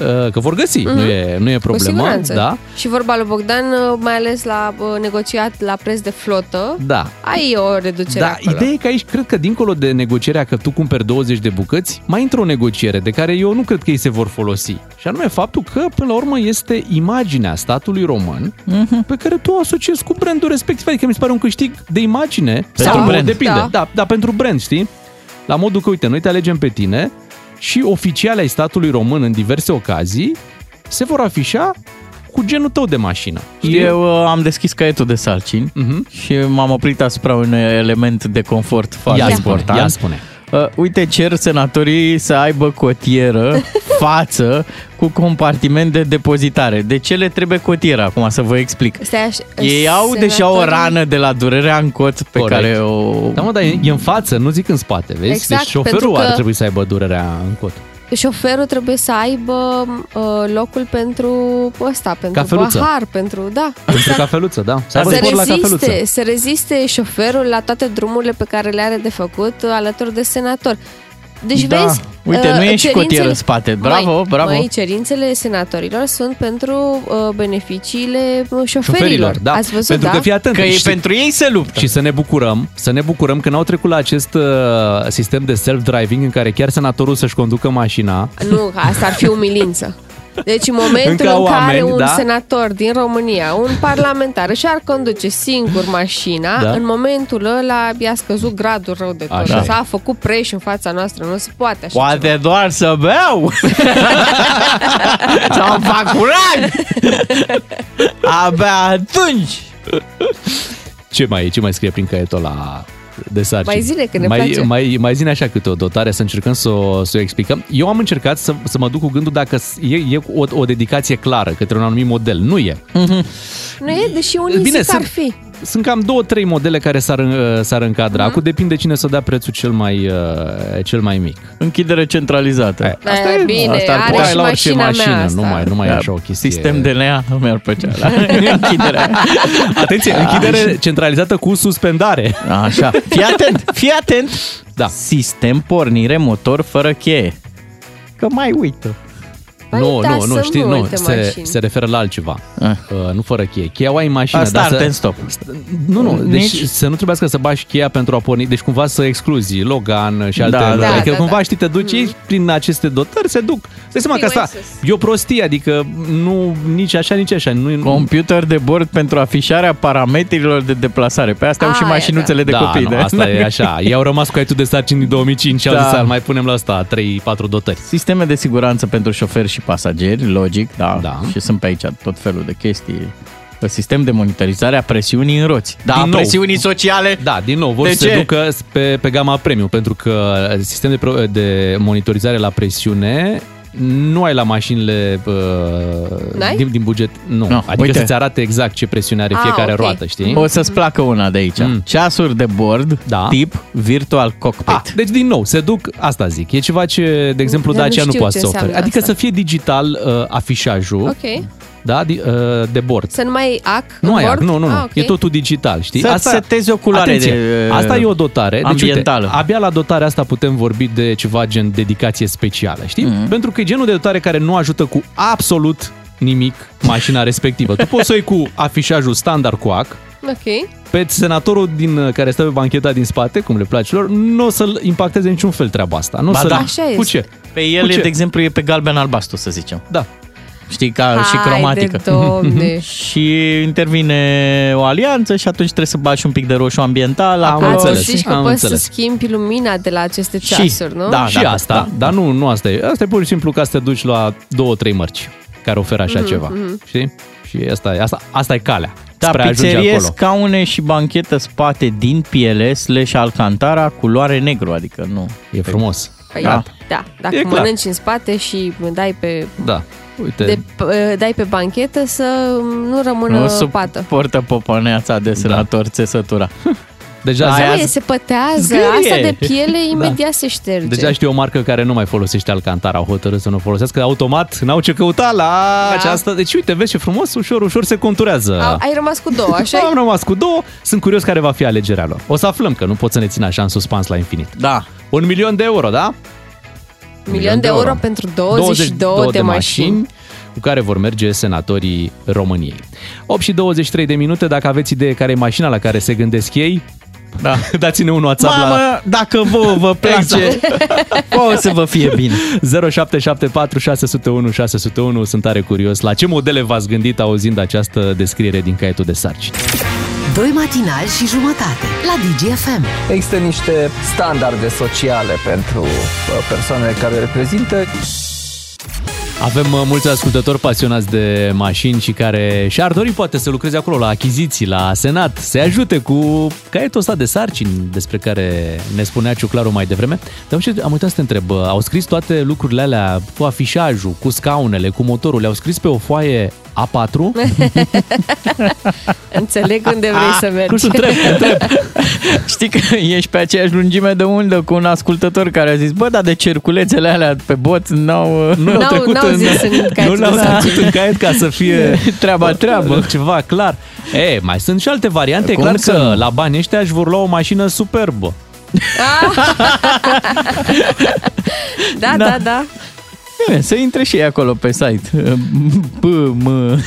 C: Uh, Că vor găsi,
D: Mhm.
C: nu, e, nu e
D: Cu
C: problemă.
D: siguranță.
C: da?
D: Și vorba lui Bogdan, uh, mai ales la uh, negociat la preț de flotă,
C: Da.
D: ai o reducere
C: Da,
D: acolo.
C: ideea e că aici cred că dincolo de negocierea că tu cumperi 20 de bucăți, mai intră o negociere de care eu nu cred că ei se vor folosi. Și anume faptul că, până la urmă, este imaginea statului român
E: Mhm.
C: pe care tu o asociezi cu brandul respectiv. Adică mi se pare un câștig de imagine.
E: Pentru
C: Sau,
E: brand.
C: Depinde,
E: Da.
C: da. Da, da, pentru brand, știi? La modul că, uite, noi te alegem pe tine și oficiali ai statului român în diverse ocazii se vor afișa cu genul tău de mașină. Știi? Mhm.
E: Eu uh, am deschis caietul de sarcini și m-am oprit asupra unui element de confort foarte
C: Ia spune,
E: important.
C: ia spune.
E: Uh, uite, cer senatorii să aibă cotieră față cu compartiment de depozitare. De ce le trebuie cotieră acum, să vă explic.
D: Stai aș...
E: Ei au deja o
D: senatorii-
E: rană de la durerea în cot pe
C: Corect.
E: care o...
C: Da, mă, dar e, e în față, nu zic în spate, vezi?
D: Exact,
C: deci șoferul
D: pentru că-
C: ar trebui să aibă durerea în cot.
D: Șoferul trebuie să aibă uh, locul pentru ăsta, pentru
C: Cafeluță.
D: pahar, pentru... Da.
C: Pentru cafeluță, da? Să aibă
D: să,
C: spor la cafeluță.
D: reziste, să reziste șoferul la toate drumurile pe care le are de făcut uh, alături de senator. Deci
E: Da.
D: vezi...
E: Uite,
D: uh,
E: nu e și
D: cerințele-
E: cotieră în spate. Bravo,
D: măi,
E: bravo.
D: Măi, cerințele senatorilor sunt pentru uh, beneficiile uh, șoferilor.
C: da.
D: Ați văzut,
C: pentru
D: da?
C: că fii atent. deci-
E: Că e pentru ei se luptă.
C: Și să ne bucurăm, să ne bucurăm că n-au trecut la acest uh, sistem de self-driving în care chiar senatorul să-și conducă mașina.
D: Nu, asta ar fi umilință. Deci în momentul
C: Încă
D: în care
C: oameni,
D: un
C: da?
D: senator din România, un parlamentar, își ar conduce singur mașina,
C: Da.
D: în momentul ăla i-a scăzut gradul rău de tot.
E: Așa e.
D: S-a făcut preș în fața noastră, nu se poate așa.
E: Poate doar să beau Sau fac curaj Abia atunci
C: Ce mai e? Ce mai scrie prin caietul la de sarcini?
D: Mai zile, că ne
C: mai,
D: place.
C: Mai, mai zine așa câte o dotare, să încercăm să o, să o explicăm. Eu am încercat să, să mă duc cu gândul dacă s- e, e o, o dedicație clară către un anumit model. Nu e.
E: Mhm.
D: Nu e, deși unii
C: Bine,
D: zic că ar
C: sunt-
D: fi.
C: Sunt cam două, trei modele care s-ar, uh, s-ar încadra.
D: Mhm.
C: Acum depinde cine să dea prețul cel mai, uh, cel mai mic.
E: Închidere centralizată
D: Asta e, bine,
E: asta ar
D: are
E: putea
D: și
E: la
C: orice
D: mașina
C: mașină,
D: mea asta.
C: nu mai- nu mai e
E: Da,
C: așa o chestie.
E: Sistem DNA nu mi-ar plăcea Da. la închiderea.
C: Atenție, închidere centralizată cu suspendare.
E: Așa, fii atent, fii atent
C: da.
E: Sistem pornire motor fără cheie Că mai uită
D: Păi
C: nu,
D: da,
C: nu, nu,
D: sunt
C: știi, nu,
D: multe
C: se,
D: mașini.
C: se referă la altceva.
E: Ah.
C: Uh, nu fără cheie. Cheia o ai în mașină.
E: A,
C: dar
E: start
C: să-
E: and stop
C: Nu, nu, deci
E: Nici-
C: să nu trebuiască să bași cheia pentru a porni, deci cumva să excluzi Logan și alte.
E: Da, da.
C: adică
E: Da, da,
C: cumva știi, te duci
D: Mm.
C: ei prin aceste dotări, se duc. Să seama că
E: Știi,
C: asta
E: mai
C: e o prostie, adică nu nici așa, nici așa. Nu,
E: Computer de bord pentru afișarea parametrilor de deplasare Pe astea au și
C: Aia,
E: mașinuțele de
C: da,
E: copii
C: Nu,
E: de-
C: asta e așa. Ei au rămas cu aitul de sarcini din 2005 și au
E: Da.
C: zis să mai punem la asta 3-4 dotări.
E: Sisteme de siguranță pentru șoferi și pasageri, logic, da. da. Și sunt pe aici tot felul de chestii. Sistem de monitorizare a presiunii în roți. Da,
C: Din nou.
E: presiunii sociale.
C: Da, din nou, vor
E: De
C: să se
E: ce?
C: ducă pe, pe gama premium, pentru că sistem de, pro- de monitorizare la presiune nu ai la mașinile uh,
E: N-ai?
C: din, din buget, nu.
E: Nu,
C: adică
E: uite.
C: să-ți arate exact ce presiune
D: Ah,
C: are fiecare roată, știi?
E: O să-ți placă una de aici. Mm. Ceasuri de bord, da. tip virtual cockpit. Ah,
C: deci din nou, se duc, asta zic, e ceva ce, de exemplu,
E: Dar nu
C: Dacia nu,
E: știu
C: poate
E: ce
C: să ofere.
E: înseamnă
C: Adică
E: asta.
C: să fie digital uh, afișajul,
D: Ok.
C: da, di, uh, de bord.
D: Să nu mai ac
C: Nu
D: în
C: ai,
D: bord?
C: nu, nu, nu.
D: Ah, ok.
C: E totul digital, știi?
E: Să-ți setezi oculare
C: atenție,
E: de- uh,
C: Asta e o dotare. Deci, uite,
E: ambientală.
C: abia la dotarea asta putem vorbi de ceva gen dedicație specială, știi?
E: Mhm.
C: Pentru că e genul de dotare care nu ajută cu absolut nimic mașina respectivă. Tu poți să o iei cu afișajul standard cu AC,
D: Ok.
C: pe senatorul din, uh, care stă pe bancheta din spate, cum le place lor, nu o să-l impacteze niciun fel treaba asta. Nu o
E: Ba
C: să
E: da. Așa
C: Cu
E: este.
C: ce?
E: Pe el,
C: Cu
E: e,
C: ce?
E: de exemplu, e pe galben albastru, să zicem.
C: Da.
E: știi, ca și
D: Haide,
E: cromatică.
D: domne.
E: și intervine o alianță și atunci trebuie să bași un pic de roșu ambiental. Am
D: Zici că poți să schimbi lumina de la aceste ceasuri, nu?
C: și asta, da. dar nu, nu asta e. Asta e pur și simplu ca să te duci la două, trei mărci care oferă așa
D: Mhm,
C: ceva.
D: mhm.
C: Știi? Și asta, e- asta, asta e calea.
E: Da,
C: spre a ajunge
E: pizzerie,
C: acolo.
E: scaune și banchetă spate din piele slash alcantara culoare negru, adică nu.
C: E frumos.
D: Păi, da. da. Dacă
E: E clar.
D: mănânci în spate și dai pe,
C: Da. Uite,
D: de, dai pe banchetă să mm, nu rămână
E: nu
D: pată.
E: suportă poponeața de sărator da. țesătura.
C: Deja
D: Aia se pătează,
E: Zgârie.
D: asta de piele imediat
C: Da.
D: se șterge.
C: Deja știu o marcă care nu mai folosește Alcantara, au hotărât să nu o folosească automat, n-au ce căuta la da. aceasta. Deci uite, vezi ce frumos, ușor, ușor se conturează.
D: A, ai rămas cu două, așa
C: Am rămas cu două, sunt curios care va fi alegerea lor. O să aflăm că nu pot să ne țin așa în suspans la infinit.
E: Da.
C: Un milion de euro, da?
D: Milion de euro pentru 22 de mașini.
C: cu care vor merge senatorii României. 8 și 23 de minute, dacă aveți idee care e mașina la care se gândesc ei,
E: da.
C: dați-ne un WhatsApp
E: Mamă,
C: la...
E: dacă vouă vă place, o să vă fie bine.
C: 0774 601 601 Sunt tare curios la ce modele v-ați gândit auzind această descriere din caietul de sarci.
A: Doi matinali și jumătate la DGFM.
N: Există niște standarde sociale pentru uh, persoanele care le reprezintă.
C: Avem uh, mulți ascultători pasionați de mașini și care și-ar dori poate să lucreze acolo la achiziții, la Senat, să-i ajute cu caietul ăsta de sarcini despre care ne spunea Ciuclaru mai devreme. Dar uite, am uitat să te întreb, uh, au scris toate lucrurile alea cu afișajul, cu scaunele, cu motorul, le-au scris pe o foaie A4?
D: Înțeleg unde vrei să mergi.
E: Cum să întreb, întreb. Știi că ești pe aceeași lungime de undă cu un ascultător care a zis, bă, dar de cerculețele alea pe bot n-au...
C: Nu
D: N-au- trecut n-au în- zis în caietul
E: nu l-au
D: de sarcini.
E: trecut în
C: caiet ca să fie...
E: treaba, treabă.
C: Da, Ceva clar. E, mai sunt și alte variante. E
E: Cum
C: clar
E: să
C: că la bani ăștia își vor lua o mașină superbă.
D: Da, da, da.
E: Bine, să intre și ei acolo pe site. B, M,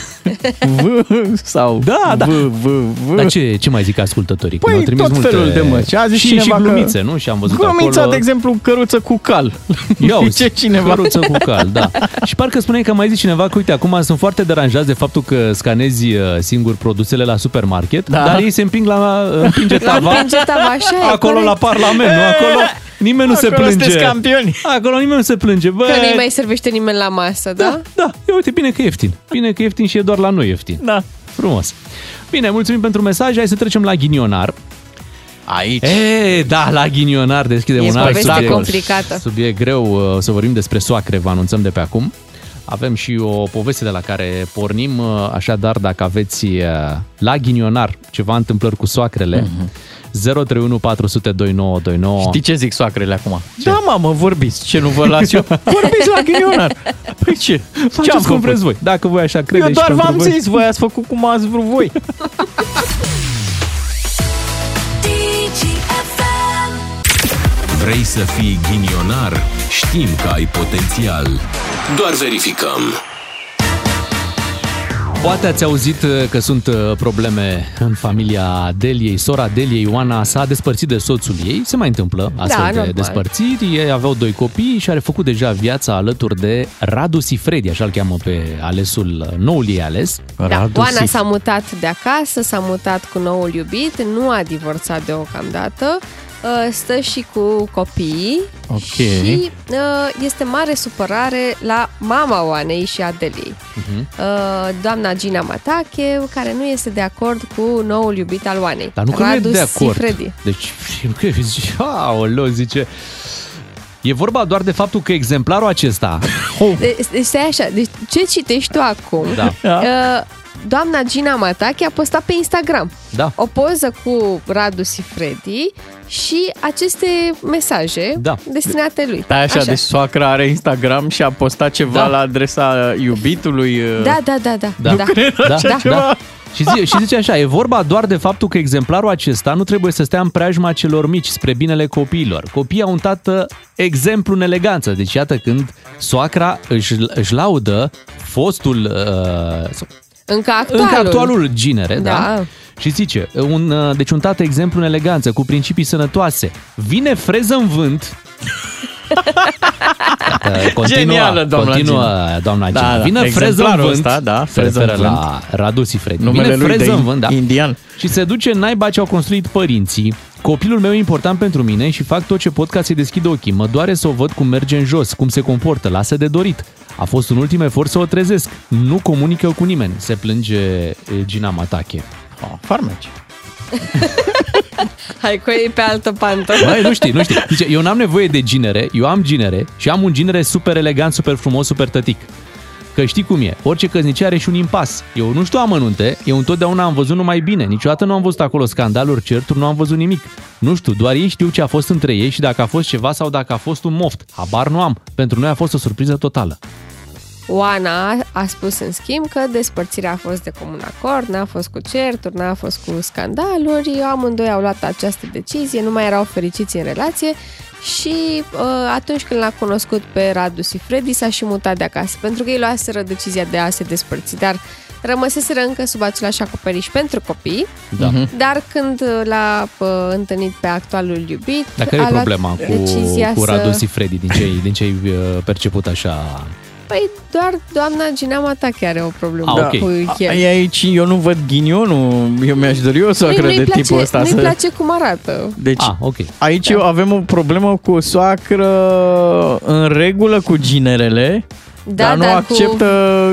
E: V sau
C: Da, da.
E: V, V, V.
C: Dar ce, ce mai zic ascultătorii? Că
E: Păi,
C: mi-au trimis
E: tot
C: multe...
E: felul de măci. A zis
C: și,
E: cineva
C: și
E: că-
C: glumițe, nu? Și am văzut
E: Glumița,
C: acolo...
E: de exemplu, căruță cu cal.
C: Ia uzi,
E: Zice cineva.
C: Căruță cu cal, da. Și parcă spune că mai zice cineva că, uite, acum sunt foarte deranjați de faptul că scanezi uh, singur produsele la supermarket,
E: Da.
C: dar ei se împing la împinge tava,
D: Împinge tava, așa e,
C: acolo la
D: corect.
C: parlament, nu? Acolo nimeni nu
E: Acolo
C: se plânge.
E: sunteți campioni.
C: Acolo nimeni nu se plânge. Bă,
D: Că nu-i mai servește nimeni la masă, da?
C: Da, ia uite, bine că e ieftin. Bine că e ieftin și e doar la noi ieftin.
E: Da.
C: Frumos. Bine, mulțumim pentru mesaj. Hai să trecem la ghinionar.
E: Aici.
C: E, da, la ghinionar deschide
D: E
C: un alt
D: poveste
C: subiect.
D: complicată.
C: Subiect greu, uh, o să vorbim despre soacre, vă anunțăm de pe acum. Avem și o poveste de la care pornim, uh, așadar dacă aveți uh, la ghinionar ceva întâmplări cu soacrele, 031 400 2929.
E: Mhm. Știi ce zic soacrele acum? Da, mamă, vorbiți. Ce nu vă las eu? Vorbiți la ghinionar. Păi ce?
C: Faceți cum vreți voi. Dacă voi așa
E: Eu
C: credeți și
E: doar
C: pentru
E: v-am
C: voi.
E: zis, voi ați făcut cum ați vrut voi.
B: Vrei să fii ghinionar? Știm că ai potențial. Doar verificăm.
C: Poate ați auzit uh, că sunt uh, probleme în familia Deliei. Sora Deliei, Ioana, s-a despărțit de soțul ei. Se mai întâmplă
D: Da,
C: astfel de
O: normal.
C: despărțiri. Ei aveau doi copii și a refăcut deja viața alături de Radu Sifredi, așa îl cheamă pe alesul, uh, noul ei ales.
D: Da, Oana s-a mutat de acasă, s-a mutat cu noul iubit, nu a divorțat deocamdată, uh, stă și cu copiii
E: Ok.
D: și uh, este mare supărare la mama Oanei și Adeliei, Uh, doamna Gina Matache, care nu este de acord cu noul iubit al Oanei.
C: Dar nu că nu e
D: Radu
C: de acord.
D: Sifredi.
C: Deci, nu că zice, aoleo, zice... E vorba doar de faptul că exemplarul acesta...
D: Deci, deci stai așa, deci ce citești tu acum?
C: Da. Da.
D: Uh, Doamna Gina Matache a postat pe Instagram
C: Da.
D: o poză cu Radu Sifredi și aceste mesaje
E: Da.
D: destinate lui.
E: Da, așa, așa, deci soacra are Instagram și a postat ceva
D: Da.
E: la adresa iubitului. uh,
D: Da, da, da, da.
E: Da. Nu cred
C: da,
E: așa
C: da,
E: ceva.
C: Da. Și, zi, și zice așa, e vorba doar de faptul că exemplarul acesta nu trebuie să stea în preajma celor mici spre binele copiilor. Copiii au un tată exemplu în eleganță. Deci iată când soacra își, își laudă fostul, uh, sau-
D: Încă actualul.
C: încă actualul ginere, da?
D: Da.
C: da? Și zice, un, uh, deci un tată exemplu în eleganță, cu principii sănătoase, vine freză în vânt, Continuă,
E: Genială, doamna
C: continuă,
E: Gina.
C: doamna Gina.
E: Da, da.
C: Vine freză în
E: Exemplarul
C: vânt,
E: ăsta, da,
C: se
E: freză în
C: referă
E: vânt.
C: la Radu Sifred.
E: Numele
C: Vine
E: lui
C: freză
E: de
C: în vânt, da.
E: indian.
C: Și se duce în naiba ce au construit părinții. Copilul meu e important pentru mine și fac tot ce pot ca să-i deschid ochii. Mă doare să o văd cum merge în jos, cum se comportă, lasă de dorit. A fost un ultim efort să o trezesc. Nu comunică cu nimeni, se plânge e, Gina Matache. Oh,
E: Ah,
C: farmeci.
D: Hai cu ei pe altă pantă.
C: Băi, nu știi, nu știi. Zice, eu n-am nevoie de ginere, eu am ginere și am un ginere super elegant, super frumos, super tătic. Că știi cum e, orice căznicie are și un impas. Eu nu știu amănunte, eu întotdeauna am văzut numai bine, niciodată nu am văzut acolo scandaluri, certuri, nu am văzut nimic. Nu știu, doar ei știu ce a fost între ei și dacă a fost ceva sau dacă a fost un moft. Habar nu am. Pentru noi a fost o surpriză totală.
D: Oana a spus în schimb că despărțirea a fost de comun acord, n-a fost cu certuri, n-a fost cu scandaluri, amândoi au luat această decizie, nu mai erau fericiți în relație și uh, atunci când l-a cunoscut pe Radu și Freddy s-a și mutat de acasă, pentru că ei luaseră decizia de a se despărți, dar rămăseseră încă sub același acoperiș pentru copii,
C: Da. Mhm.
D: dar când uh, l-a uh, întâlnit pe actualul iubit,
C: Dar care
D: a
C: e
D: luat
C: problema cu,
D: decizia
C: cu Radu
D: să...
C: și Freddy, din ce, din ce ai uh, perceput așa?
D: Păi doar doamna Gina Matache are o problemă
E: Da.
D: cu
E: A-
D: el.
E: Aici eu nu văd ghinionul, eu mi-aș dori eu să
D: Nu-i-
E: cred
D: nu-i
E: de
D: place,
E: tipul ăsta.
D: Nu-i
E: să...
D: place cum arată.
E: Deci,
C: ah, okay.
E: aici da. avem o problemă cu soacră în regulă cu ginerele,
D: Da,
E: dar nu
D: dar cu-
E: acceptă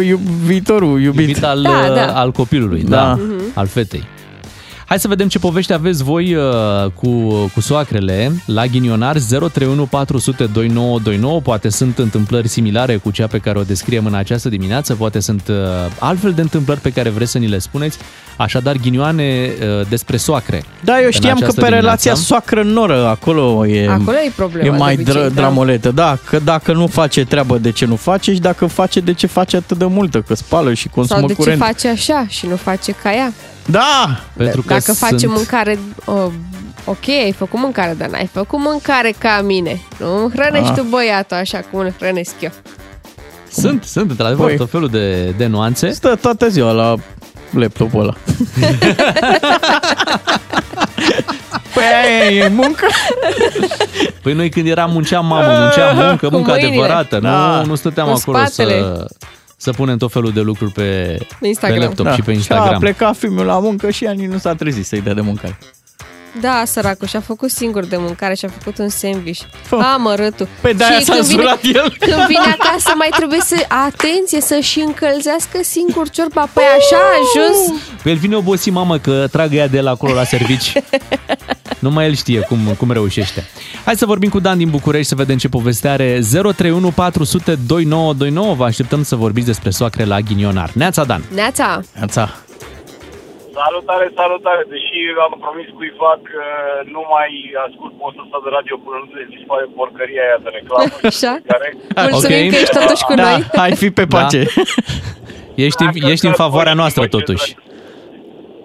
E: iub, viitorul iubit.
C: iubit al, uh,
D: Da, da.
C: al copilului, da,
E: Da.
C: da.
E: Mhm.
C: al fetei. Hai să vedem ce povești aveți voi uh, cu, cu soacrele la ghinionar 031 400 2929. Poate sunt întâmplări similare cu cea pe care o descriem în această dimineață, poate sunt uh, altfel de întâmplări pe care vreți să ni le spuneți. Așadar, ghinioane uh, despre soacre.
E: Da, eu
C: În
E: știam că
C: această
E: pe
C: dimineață.
E: relația soacră-noră, acolo e,
D: Acolo e problema,
E: e mai
D: de obicei, da.
E: dramoletă. Da, că dacă nu face treabă, de ce nu face și dacă face, de ce face atât de multă, că spală și consumă
D: Sau de
E: curent.
D: ce face așa și nu face ca ea.
E: Da!
C: Pentru
D: Dacă face mâncare... Uh, ok, ai făcut mâncare, dar n-ai făcut mâncare ca mine. Nu îmi hrănești
C: Ah.
D: tu băiatul așa cum îl hrănesc eu.
C: Sunt, sunt, într-adevăr,
E: Voi-
C: tot felul de, de nuanțe.
E: Păi- Stă toată ziua la laptopul ăla. Păi aia e muncă.
C: Păi noi când eram munceam mamă, munceam muncă,
D: Cu
C: muncă
D: mâinile.
C: adevărată.
D: Da.
C: Nu, nu stăteam
D: Cu
C: acolo
D: spatele.
C: să, să punem tot felul de lucruri pe, pe
D: Instagram.
C: laptop
E: Da.
C: și
E: Și
C: pe
E: a
C: Instagram.
E: plecat filmul la muncă și ea nici nu s-a trezit să-i dea de mâncare.
D: Da, săracul, și-a făcut singur de mâncare și-a făcut un sandwich. A, mărâtul.
E: Păi de-aia
D: Și
E: s-a
D: când vine-
E: însurat el.
D: Când vine acasă mai trebuie să, atenție, să-și încălzească singur ciorba. Păi așa a ajuns.
C: Pe Păi el vine obosit, mamă, că tragă ea de la acolo la servici. Numai el știe cum, cum reușește. Hai să vorbim cu Dan din București să vedem ce poveste are. 031 400 2929. Vă așteptăm să vorbiți despre soacre la ghinionar. Neața, Dan!
D: Neața,
E: Neața!
O: Salutare, salutare! Deși am promis cuiva că nu mai ascult postul ăsta de radio până nu se dispare porcăria aia de reclamă.
D: Așa?
O: Care...
D: Mulțumim
C: Ok.
D: că ești totuși cu
E: da,
D: noi.
E: hai fi pe pace.
C: Ești, în- ești în favoarea noastră, totuși.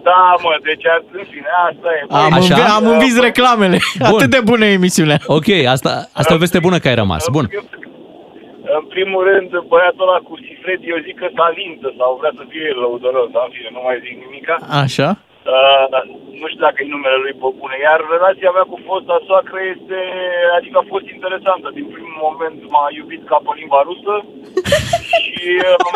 O: Da, mă, deci în fine, asta e.
E: Am,
C: Așa?
E: învi- am învins reclamele.
C: Bun.
E: Atât de bună e emisiunea.
C: Ok, asta, asta e o veste bună că ai rămas. Bun.
O: În primul rând, băiatul ăla cu Sifred, eu zic că talentă sau vrea să fie lăudăros, dar în fine, nu mai zic nimica.
E: Așa?
O: Uh, nu știu dacă e numele lui pe bune, iar relația mea cu fosta soacră este, adică a fost interesantă. Din primul moment m-a iubit ca pe limba rusă și uh,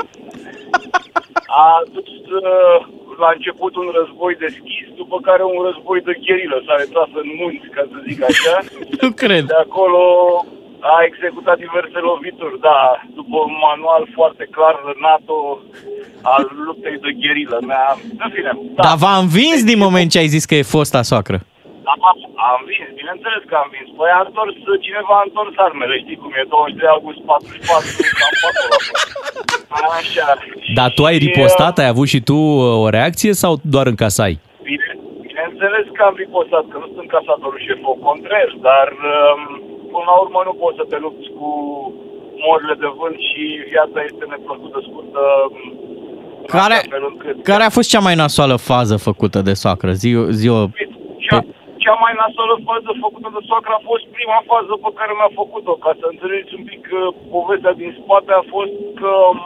O: a dus uh, la început un război deschis, după care un război de gherilă s-a retras în munți, ca să zic așa.
E: Nu cred.
O: De acolo a executat diverse lovituri, da, după un manual foarte clar NATO al luptei de gherilă. Ne-a, în fine,
E: Da. Dar v-am învins din moment ce ai zis că e fosta soacră.
O: am, Da, am vins, bineînțeles că am vins. Păi a întors, cineva a întors armele, știi cum e, 23 august 44, cam pe acolo. a fost. Așa.
C: Dar tu ai
O: Și,
C: ripostat, ai avut și tu uh, o reacție sau doar în casai?
O: Bine, bineînțeles că am ripostat, că nu sunt casatorul șeful contrar, dar um, până la urmă nu poți să te lupți cu morile de vânt și viața este neplăcută, scurtă, um,
E: Care,
O: astfel încât
E: care a fost cea mai nasoală fază făcută de soacră? Zi, zi o...
O: cea, cea mai nasoală fază făcută de soacră a fost prima fază pe care mi-a făcut-o. Ca să înțelegeți un pic uh, povestea din spate a fost că, um,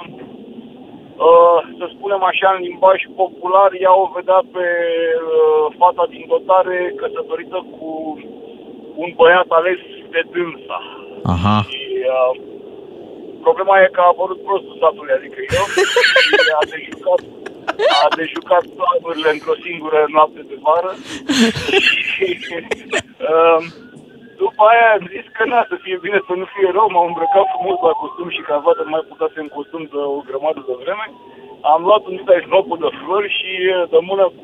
O: uh, să spunem așa, în limbaj popular, ea o vedea pe uh, fata din dotare căsătorită cu un băiat ales de dânsa.
E: Aha.
O: Și uh, problema e că a apărut prostul statului, adică eu, și a dejucat, a dejucat planurile într-o singură noapte de vară. și uh, după aia am zis că na, să fie bine, să nu fie rău, m-am îmbrăcat frumos la costum și cravată, nu mai putasem costum de o grămadă de vreme. Am luat un mitai snopul de flori și uh, de mână cu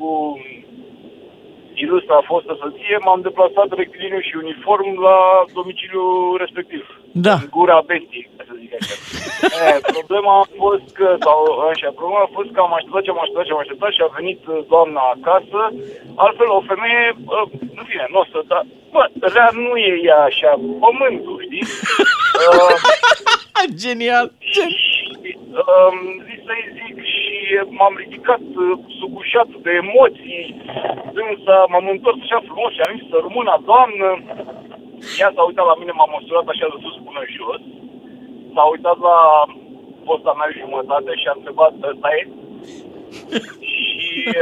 O: ilustra fostă soție, m-am deplasat rectiliniu și uniform la domiciliul respectiv
E: Da.
O: în gura bestii, ca să zic așa. e, problema a fost că, sau așa, problema a fost că am așteptat ce am așteptat ce am așteptat și a venit uh, doamna acasă. Altfel, o femeie, uh, în fine, nu o să, dar, bă, rea nu e ea așa, pământul, știi? Uh,
E: Genial!
O: Um, zis să-i zic și m-am ridicat uh, sugușat de emoții. Dânsa, m-am întors așa frumos și am zis să rămână, doamnă. Ea s-a uitat la mine, m-a măsurat așa de sus până jos. S-a uitat la posta mea jumătate și a întrebat, ăsta e? și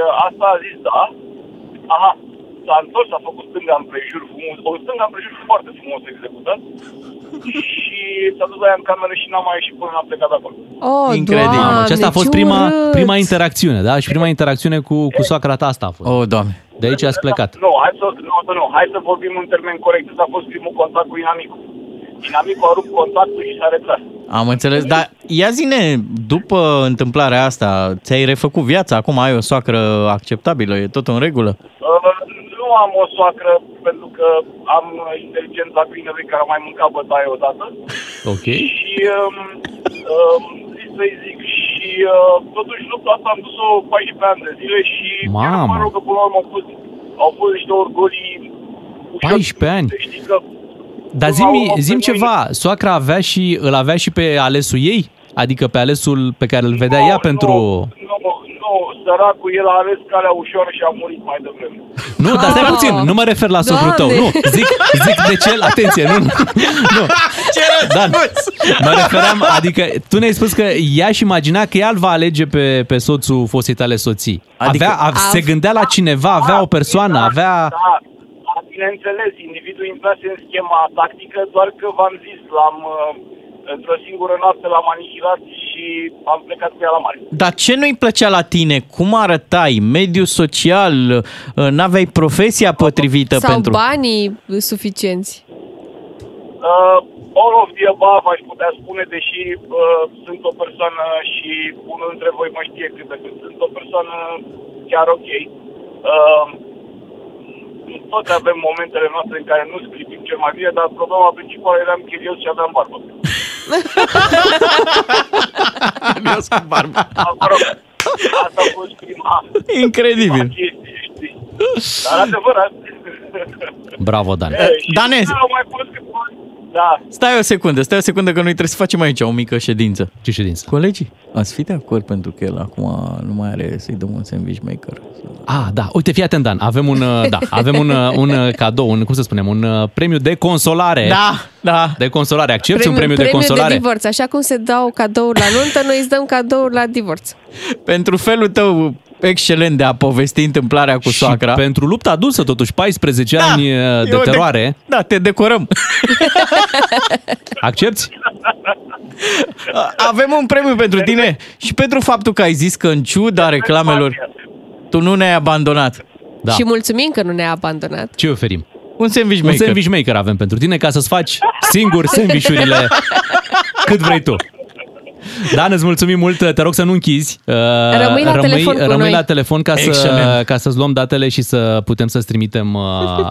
O: uh, asta a zis, da. Aha, s-a întors, a făcut stânga împrejur frumos, o stânga împrejur foarte frumos executat. și s-a dus la ea în cameră și n-a mai ieșit până n-a plecat de acolo.
D: Oh,
C: Incredibil.
D: Doamne,
C: și asta a fost
D: ce
C: prima,
D: urât!
C: prima interacțiune, da? Și prima interacțiune cu, cu soacra ta asta a fost.
E: Oh, doamne.
C: De aici ați plecat.
O: Nu, hai să, nu, să nu, hai să vorbim în termen corect. Ăsta a fost primul contact cu inamicul. Inamicul a rupt contactul și s-a retras.
E: Am înțeles, dar ia zine, după întâmplarea asta, ți-ai refăcut viața, acum ai o soacră acceptabilă, e tot în regulă?
O: Uh, nu am o soacră pentru că am uh, inteligența câinelui care a mai mâncat bătaie odată
C: Ok.
O: și um, um, zis să-i zic și uh, totuși lupta asta am dus-o 14 ani de zile și
C: Mamă.
O: mă rog că până la urmă au fost, au fost niște orgolii
C: 14 ani.
O: știi că
C: Dar zi-mi, zi-mi ceva, soacra avea și, îl avea și pe alesul ei? Adică pe alesul pe care îl vedea ea pentru...
O: nu, nu, săracul el a ales calea ușoară și a murit mai devreme.
C: Nu, dar stai puțin, nu mă refer la socrul tău,
O: Doamne!
C: nu. Zic, zic de ce, atenție, nu, nu. nu. Dan, mă referam, adică tu ne-ai spus că ea și imagina că ea îl va alege pe, pe soțul fostei tale soții.
E: Adică-
C: Adică, avea, a, se gândea la cineva, avea o persoană, avea...
O: Da, da, bineînțeles, individul intrase în schema tactică, doar că v-am zis, l-am, uh, într-o singură noapte l-am anihilat și am plecat cu ea la mare.
E: Dar ce nu-i plăcea la tine? Cum arătai? Mediul social? uh, N-aveai profesia potrivită
D: Sau
E: pentru...
D: banii suficienți.
O: Uh, all of the above, aș putea spune, deși uh, sunt o persoană și unul dintre voi mă știe cât de cât. Sunt o persoană chiar ok. Uh, toți avem momentele noastre în care nu sclipim cel mai bine, dar problema principală eram chirios și aveam barbă.
E: Chirios cu barbă.
O: Asta a fost prima,
E: Incredibil.
O: dar adevărat. Eh,
C: Bravo,
E: Da.
C: Dan.
O: Și
E: Danez,
O: Au mai fost cât da,
E: stai o secundă, stai o secundă că noi trebuie să facem aici o mică ședință.
C: Ce ședință?
E: Colegii, ați fi de acord pentru că el acum nu mai are să-i dăm un sandwich maker.
C: Ah, da, uite, fii atent, Dan, avem un, uh, da, avem un, uh, un uh, cadou, un, cum să spunem, un uh, premiu de consolare.
E: Da, da.
C: De consolare, accepti un premiu, de
D: de
C: consolare?
D: divorț. Așa cum se dau cadouri la nuntă, noi îți dăm cadouri la divorț.
E: Pentru felul tău excelent de a povesti întâmplarea cu soacra.
C: pentru lupta dusă, totuși, 14 ani uh, de
E: Da. eu de-
C: teroare.
E: Da, te decorăm.
C: Accepti?
E: Avem un premiu pentru tine și pentru faptul că ai zis că în ciuda reclamelor tu nu ne-ai abandonat.
D: Da. Și mulțumim că nu ne-a abandonat.
C: Ce oferim?
E: Un sandwich
C: Un
E: maker.
C: sandwich maker avem pentru tine ca să-ți faci singur sandvișurile cât vrei tu. Dan, îți mulțumim mult, te rog să nu închizi. Uh,
D: Rămâi la telefon cu
C: rămâi
D: noi.
C: la telefon ca să,
E: Excelent.
C: ca să-ți luăm datele și să putem să-ți trimitem uh,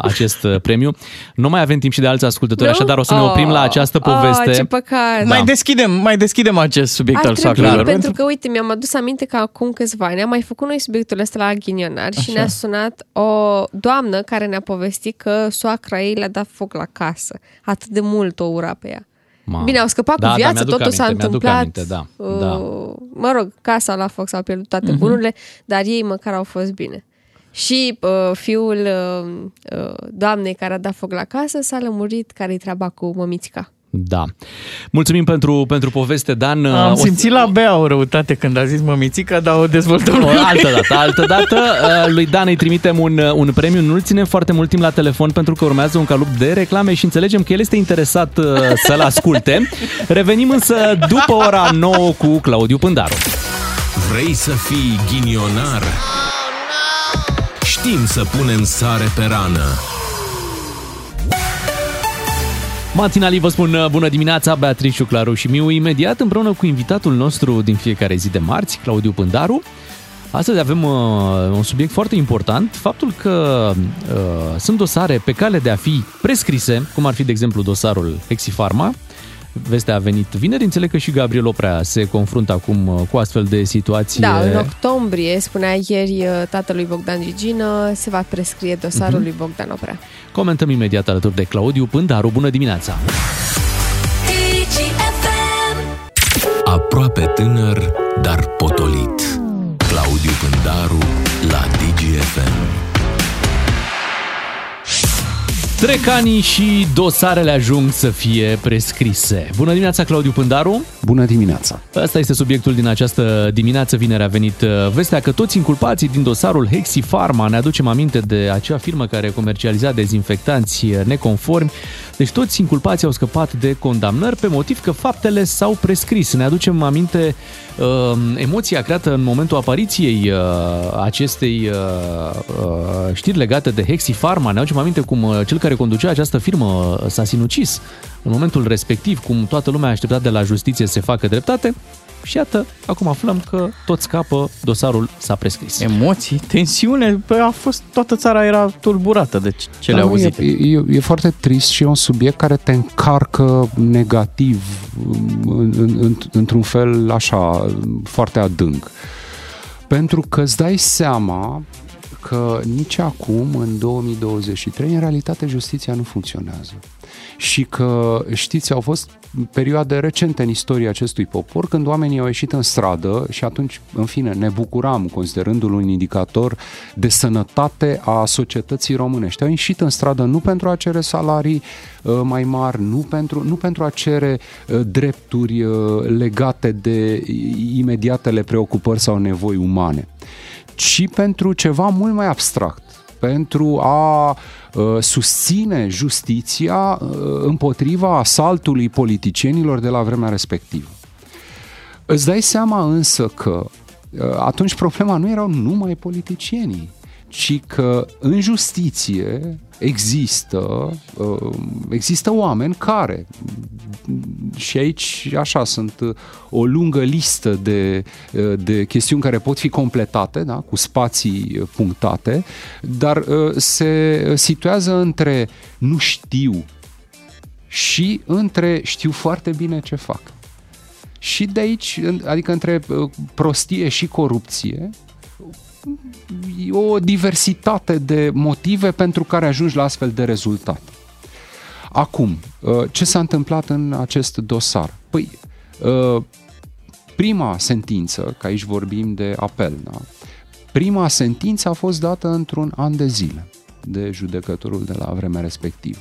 C: acest uh, premiu. Nu mai avem timp și de alți ascultători,
D: Nu?
C: așadar o să ne oprim la această poveste. Da.
D: Oh, ce păcat.
E: Mai deschidem, mai deschidem acest subiect
D: Ar
E: al
D: trebui,
E: soacrelor.
D: pentru că, uite, mi-am adus aminte că acum câțiva ani am mai făcut noi subiectul ăsta la ghinionar și
E: Așa.
D: ne-a sunat o doamnă care ne-a povestit că soacra ei le-a dat foc la casă. Atât de mult o ura pe ea.
C: Mamă.
D: Bine, au scăpat
C: Da, da,
D: cu viață,
C: mi-aduc
D: totul s-a
C: aminte, mi-aduc
D: întâmplat.
C: aminte, da, da.
D: uh, Mă rog, casa la foc s-au pierdut toate
E: Mhm.
D: bunurile, dar ei măcar au fost bine. Și uh, fiul uh, uh, doamnei care a dat foc la casă s-a lămurit care-i treaba cu mămițica.
C: Da. Mulțumim pentru, pentru poveste, Dan.
P: Am
C: O-
P: simțit la Bea o răutate când a zis mămițica, dar o dezvoltăm
C: O altă dată, altă dată. uh, Lui Dan îi trimitem un, uh, un premiu. Nu-l ținem foarte mult timp la telefon pentru că urmează un calup de reclame și înțelegem că el este interesat uh, să-l asculte. Revenim însă după ora 9 cu Claudiu Pândaru.
B: Vrei să fii ghinionar? Știm să punem sare pe rană.
C: Matinalii vă spun uh, bună dimineața, Beatrice, Claru și Miu, imediat împreună cu invitatul nostru din fiecare zi de marți, Claudiu Pândaru. Astăzi avem uh, un subiect foarte important, faptul că uh, sunt dosare pe cale de a fi prescrise, cum ar fi, de exemplu, dosarul Exifarma. Vestea a venit vineri, înțeleg că și Gabriel Oprea se confruntă acum uh, cu astfel de situații.
D: Da, în octombrie, spunea ieri uh, tatălui Bogdan Gigină, se va prescrie dosarul
C: Mhm.
D: lui Bogdan Oprea.
C: Comentăm imediat alături de Claudiu Pândaru. Bună dimineața!
B: Aproape tânăr, dar potolit. Claudiu Pândaru la DGFM.
C: Trec anii și dosarele ajung să fie prescrise. Bună dimineața, Claudiu Pândaru!
Q: Bună dimineața!
C: Asta este subiectul din această dimineață. Vineri a venit uh, vestea că toți inculpații din dosarul Hexifarma, ne aducem aminte de acea firmă care comercializa dezinfectanți uh, neconformi, deci toți inculpații au scăpat de condamnări pe motiv că faptele s-au prescris. Ne aducem aminte uh, emoția creată în momentul apariției uh, acestei uh, uh, știri legate de Hexifarma. Ne aducem aminte cum uh, cel care conducea această firmă uh, s-a sinucis în momentul respectiv, cum toată lumea a așteptat de la justiție să se facă dreptate. Și iată, acum aflăm că tot scapă, dosarul s-a prescris.
P: Emoții, tensiune, bă, a fost, toată țara era tulburată de ce- ce le
Q: Dar nu,
P: auzit.
Q: E, e, e foarte trist și e un subiect care te încarcă negativ, în, în, în, într-un fel așa, foarte adânc. Pentru că îți dai seama că nici acum, în 2023, în realitate justiția nu funcționează. Și că, știți, au fost perioade recente în istoria acestui popor când oamenii au ieșit în stradă și atunci, în fine, ne bucuram considerându-l un indicator de sănătate a societății românești. Au ieșit în stradă nu pentru a cere salarii uh, mai mari, nu pentru, nu pentru a cere uh, drepturi uh, legate de imediatele preocupări sau nevoi umane ci pentru ceva mult mai abstract, pentru a uh, susține justiția uh, împotriva asaltului politicienilor de la vremea respectivă. Îți dai seama însă că uh, atunci problema nu erau numai politicienii, ci că în justiție există, uh, există oameni care, și aici așa sunt uh, o lungă listă de, uh, de chestiuni care pot fi completate, da? cu spații uh, punctate, dar uh, se situează între nu știu și între știu foarte bine ce fac. Și de aici, în- adică între uh, prostie și corupție, e o diversitate de motive pentru care ajungi la astfel de rezultat. Acum, uh, ce s-a întâmplat în acest dosar? Păi, uh, prima sentință, că aici vorbim de apel, da? prima sentință a fost dată într-un an de zile de judecătorul de la vremea respectivă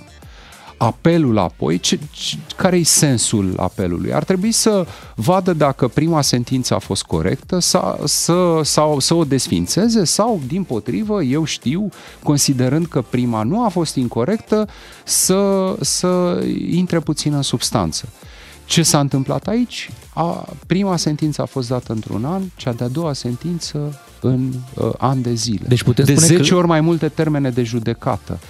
Q: apelul apoi, ce, ce, care-i sensul apelului? Ar trebui să vadă dacă prima sentință a fost corectă sa, să, sau să o desfințeze sau, din potrivă, eu știu, considerând că prima nu a fost incorrectă, să, să intre puțin în substanță. Ce s-a întâmplat aici? A, prima sentință a fost dată într-un an, cea de-a doua sentință în uh, ani de zile. Deci
C: putem
Q: de
C: spune că-
Q: 10 ori mai multe termene de judecată.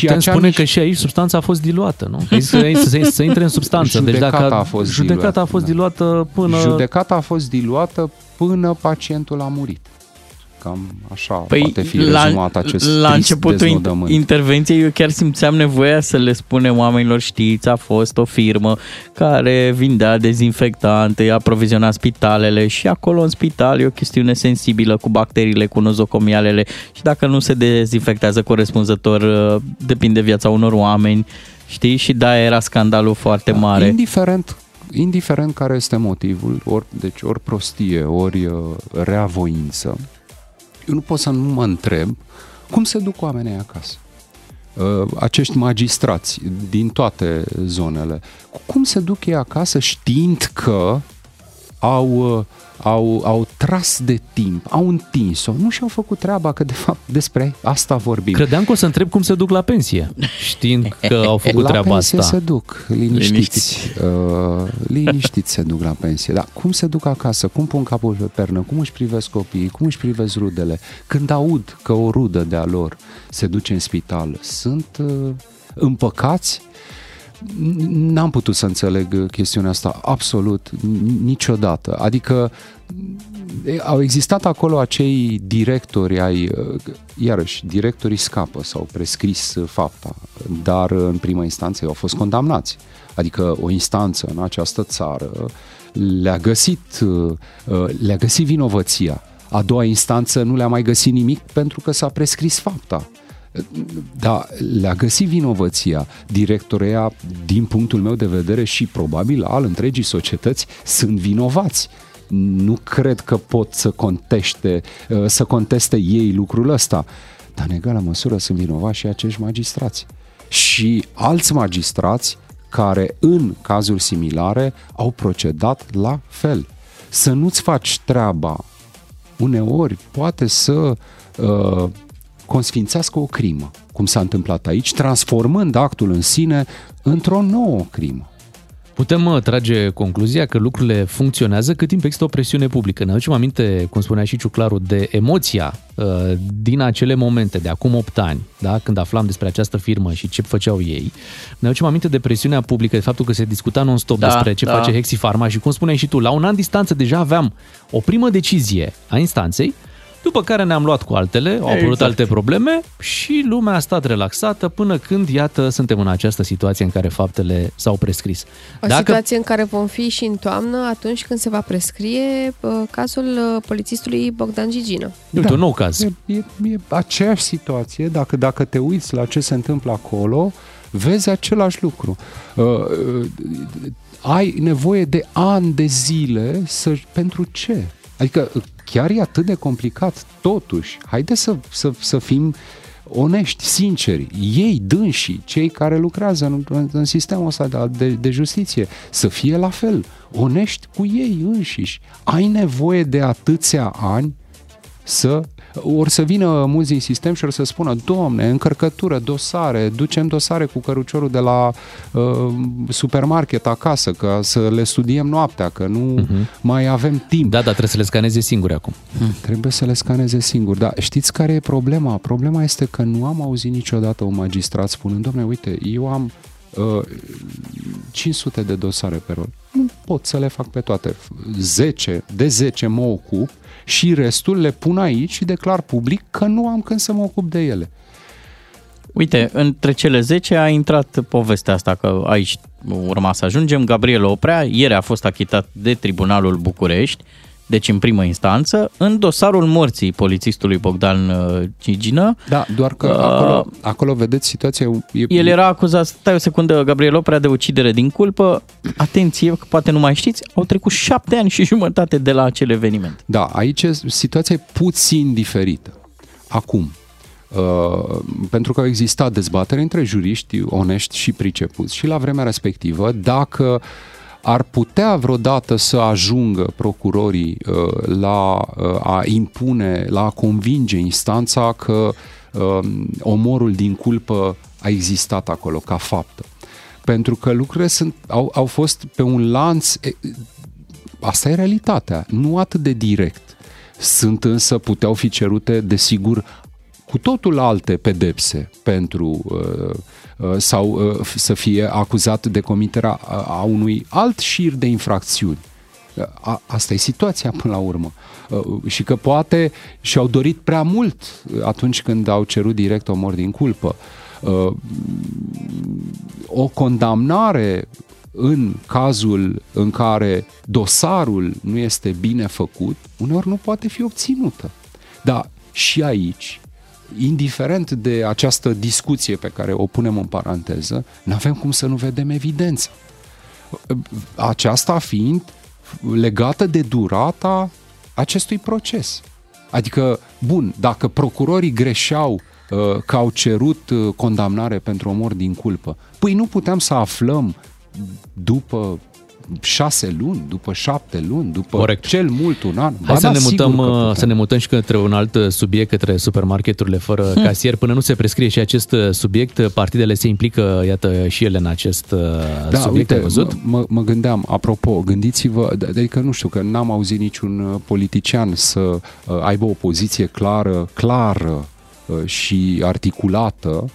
C: Putem
Q: acea
C: spune că și aici substanța a fost diluată, nu? Să, să, să intre în substanță.
Q: Judecata
C: deci dacă
Q: a fost
C: judecata
Q: diluată,
C: a fost
Q: da.
C: diluată până...
Q: Judecata a fost diluată până pacientul a murit. Cam așa păi, poate fi rezumat acest
P: la
Q: trist
P: începutul in-
Q: deznodământ.
P: intervenției eu chiar simțeam nevoia să le spunem oamenilor, știți, a fost o firmă care vindea dezinfectante, aproviziona spitalele și acolo în spital e o chestiune sensibilă cu bacteriile, cu nozocomialele și dacă nu se dezinfectează corespunzător, uh, depinde viața unor oameni, știi? Și da, era scandalul foarte
Q: Da,
P: mare.
Q: Indiferent, indiferent care este motivul, ori, deci ori prostie, ori uh, reavoință, eu nu pot să nu mă întreb cum se duc oamenii acasă. uh, acești magistrați din toate zonele, cum se duc ei acasă știind că au, uh, au, au tras de timp, au întins-o, nu și-au făcut treaba, că de fapt despre asta vorbim.
C: Credeam că o să întreb cum se duc la pensie, știind că au făcut
Q: la
C: treaba
Q: pensie
C: asta.
Q: se duc, liniștiți. Liniștiți. Uh, liniștiți se duc la pensie. Dar cum se duc acasă? Cum pun capul pe pernă? Cum își privesc copiii? Cum își privesc rudele? Când aud că o rudă de-a lor se duce în spital, sunt uh, împăcați? N-am putut să înțeleg chestiunea asta absolut n- niciodată. Adică e, au existat acolo acei directori ai, uh, iarăși, directorii scapă, s-au prescris uh, fapta, dar uh, în prima instanță ei au fost condamnați. Adică o instanță în această țară le-a găsit, uh, uh, le-a găsit vinovăția. A doua instanță nu le-a mai găsit nimic pentru că s-a prescris fapta. Da, le-a găsit vinovăția. Directorea, din punctul meu de vedere și probabil al întregii societăți, sunt vinovați. Nu cred că pot să contește, uh, să conteste ei lucrul ăsta. Dar în egală măsură sunt vinovați și acești magistrați. Și alți magistrați care în cazuri similare au procedat la fel. Să nu-ți faci treaba uneori poate să uh, consfințească o crimă, cum s-a întâmplat aici, transformând actul în sine într-o nouă crimă.
C: Putem mă, trage concluzia că lucrurile funcționează cât timp există o presiune publică. Ne aducem aminte, cum spunea și Ciuclaru, de emoția uh, din acele momente, de acum 8 ani, da? când aflam despre această firmă și ce făceau ei. Ne aducem aminte de presiunea publică, de faptul că se discuta non-stop
P: Da,
C: despre ce
P: da.
C: face Hexi Pharma și cum spuneai și tu, la un an distanță deja aveam o primă decizie a instanței, după care ne-am luat cu altele, au apărut
P: Exact.
C: alte probleme și lumea a stat relaxată până când, iată, suntem în această situație în care faptele s-au prescris.
D: O Dacă... situație în care vom fi și în toamnă, atunci când se va prescrie uh, cazul uh, polițistului Bogdan Gigină.
C: Uite,
Q: Da.
C: un nou caz.
Q: E, e, e aceeași situație, dacă, dacă te uiți la ce se întâmplă acolo, vezi același lucru. Uh, uh, ai nevoie de ani de zile să, pentru ce? Adică uh, chiar e atât de complicat, totuși. Haideți să, să, să fim onești, sinceri, ei dânsii, cei care lucrează în, în, în sistemul ăsta de, de, de justiție, să fie la fel, onești cu ei înșiși. Ai nevoie de atâția ani să ori să vină mulți din sistem și ori să spună, domne, încărcătură, dosare, ducem dosare cu căruciorul de la uh, supermarket acasă, ca să le studiem noaptea, că nu uh-huh. mai avem timp.
C: Mhm. Da, da, trebuie să le scaneze singuri acum.
Q: Trebuie să le scaneze singur. Dar știți care e problema? Problema este că nu am auzit niciodată un magistrat spunând, domne, uite, eu am uh, 500 de dosare pe rol. Nu pot să le fac pe toate. 10, de 10 mă ocup și restul le pun aici și declar public că nu am când să mă ocup de ele.
E: Uite, între cele 10 a intrat povestea asta că aici urma să ajungem. Gabriel Oprea ieri a fost achitat de Tribunalul București, deci în primă instanță, în dosarul morții polițistului Bogdan uh, Cigină.
Q: Da, doar că acolo, acolo vedeți situația. E,
E: El era acuzat, stai o secundă, Gabriel Oprea de ucidere din culpă. Atenție, că poate nu mai știți, au trecut șapte ani și jumătate de la acel eveniment.
Q: Da, aici e- situația e puțin diferită. Acum, uh, pentru că au existat dezbatere între juriști onești și pricepuți și la vremea respectivă dacă ar putea vreodată să ajungă procurorii uh, la uh, a impune, la a convinge instanța că uh, omorul din culpă a existat acolo ca faptă. Pentru că lucrurile sunt, au, au fost pe un lanț e, asta e realitatea, nu atât de direct. Sunt însă, puteau fi cerute, desigur, cu totul alte pedepse pentru uh, uh, sau uh, f- să fie acuzat de comiterea uh, a unui alt șir de infracțiuni. Uh, A, asta e situația până la urmă. Uh, Și că poate și-au dorit prea mult uh, atunci când au cerut direct omor din culpă. Uh, o condamnare în cazul în care dosarul nu este bine făcut, uneori nu poate fi obținută. Dar și aici, indiferent de această discuție pe care o punem în paranteză, nu avem cum să nu vedem evidență. Aceasta fiind legată de durata acestui proces. Adică, bun, dacă procurorii greșeau uh, că au cerut uh, condamnare pentru omor din culpă. Păi nu puteam să aflăm după șase luni, după șapte luni, după
C: Corect.
Q: cel mult un an.
C: Hai să,
Q: da,
C: ne
Q: sigur
C: mutăm,
Q: că
C: uh,
Q: puteam.
C: să ne mutăm și către un alt uh, subiect, către supermarketurile fără
Q: Hmm.
C: casier. Până nu se prescrie și acest uh, subiect, uh, partidele se implică, iată, și ele în acest uh,
Q: da,
C: subiect,
Q: uite,
C: ai văzut?
Q: m- Mă, mă gândeam, apropo, gândiți-vă, d- adică nu știu, că n-am auzit niciun uh, politician să uh, aibă o poziție clară, clară uh, și articulată uh,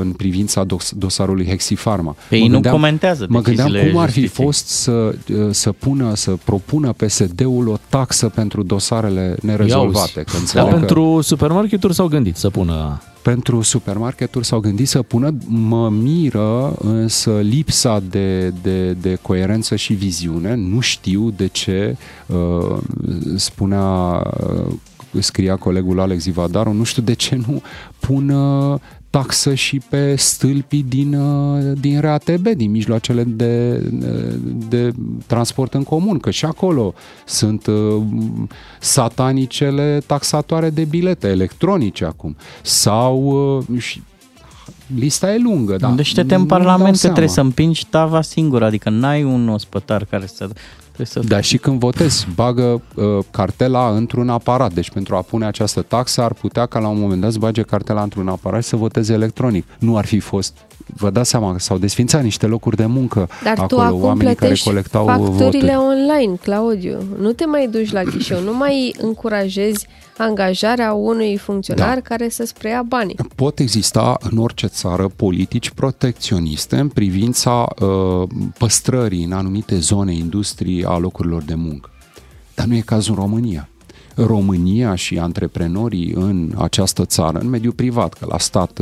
Q: în privința dos- dosarului Hexifarma.
E: Ei
Q: Mă
E: Păi nu comentează
Q: Mă gândeam
E: deciziile
Q: cum ar fi
E: justiției.
Q: fost să, uh, să pună, să propună PSD-ul o taxă pentru dosarele
C: Ia
Q: nerezolvate.
C: uzi.
Q: că
C: Dar
Q: înțeleg că-
C: pentru supermarketuri s-au gândit să pună...
Q: pentru supermarketuri s-au gândit să pună, mă miră însă lipsa de, de, de coerență și viziune, nu știu de ce uh, spunea uh, scria colegul Alex Ivadaru, nu știu de ce nu pun uh, taxă și pe stâlpii din, uh, din RATB, din mijloacele de, uh, de transport în comun, că și acolo sunt uh, satanicele taxatoare de bilete electronice acum. Sau uh, și lista e lungă, da.
E: Gândește-te în
Q: Nu-mi dau
E: Parlament că
Q: seama.
E: trebuie să împingi tava singur, adică n-ai un ospătar care să... Trebuie să...
Q: Da, și când votezi, bagă uh, cartela într-un aparat. Deci pentru a pune această taxă ar putea ca la un moment dat să bage cartela într-un aparat și să voteze electronic. Nu ar fi fost Vă dați seama că s-au desfințat niște locuri de muncă
D: Dar
Q: acolo,
D: tu acum
Q: oamenii care
D: plătești
Q: colectau
D: facturile
Q: voturi.
D: online, Claudiu. Nu te mai duci la ghișeu, nu mai încurajezi angajarea unui funcționar
Q: Da.
D: care să-ți preia banii.
Q: Pot exista în orice țară politici protecționiste în privința uh, păstrării în anumite zone industrii a locurilor de muncă. Dar nu e cazul în România. România și antreprenorii în această țară, în mediul privat, că la stat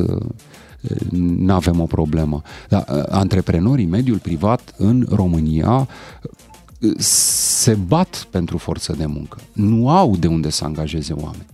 Q: nu avem o problemă, dar uh, antreprenorii în mediul privat în România uh, se bat pentru forță de muncă. Nu au de unde să angajeze oameni.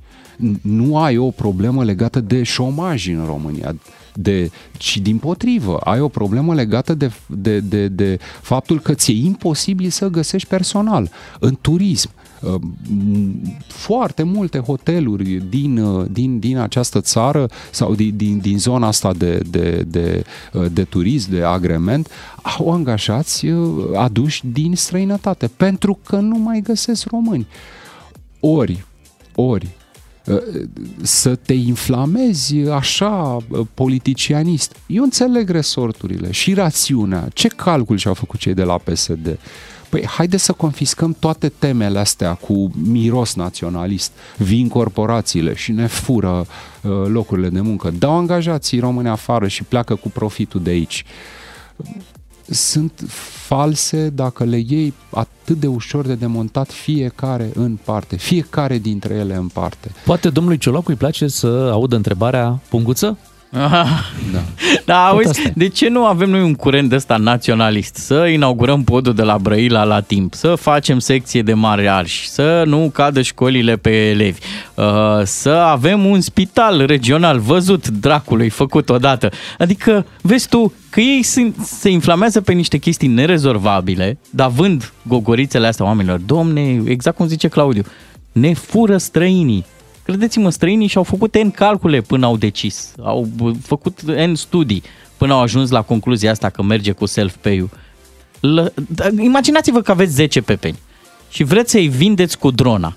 Q: N- Nu ai o problemă legată de șomaj în România, de, ci din potrivă, ai o problemă legată de, de, de, de faptul că ți-e imposibil să găsești personal. În turism, Uh, m- foarte multe hoteluri din, uh, din, din această țară sau din, din, din zona asta de, de, de, uh, de turism, de agrement, au angajați uh, aduși din străinătate pentru că nu mai găsesc români. Ori, ori, uh, să te inflamezi așa uh, politicianist. Eu înțeleg resorturile și rațiunea. Ce calcul și-au făcut cei de la PSD? Păi haide să confiscăm toate temele astea cu miros naționalist. Vin corporațiile și ne fură uh, locurile de muncă. Dau angajații români afară și pleacă cu profitul de aici sunt false dacă le iei atât de ușor de demontat fiecare în parte, fiecare dintre ele în parte.
C: Poate domnului Ciolacu îi place să audă întrebarea punguță?
Q: Da.
E: Da,
C: Tot
E: auzi,
C: asta e.
E: de ce nu avem noi un curent ăsta naționalist? Să inaugurăm podul de la Brăila la timp, să facem secție de mare arș, să nu cadă școlile pe elevi, uh, să avem un spital regional văzut dracului făcut odată. Adică, vezi tu, că ei sunt, se inflamează pe niște chestii nerezolvabile, dar vând gogorițele astea oamenilor. Domne, exact cum zice Claudiu, ne fură străinii. Credeți-mă, străinii și-au făcut N calcule până au decis. Au b- făcut N studii până au ajuns la concluzia asta că merge cu self-pay-ul. Lă- da, Imaginați-vă că aveți 10 pepeni și vreți să-i vindeți cu drona.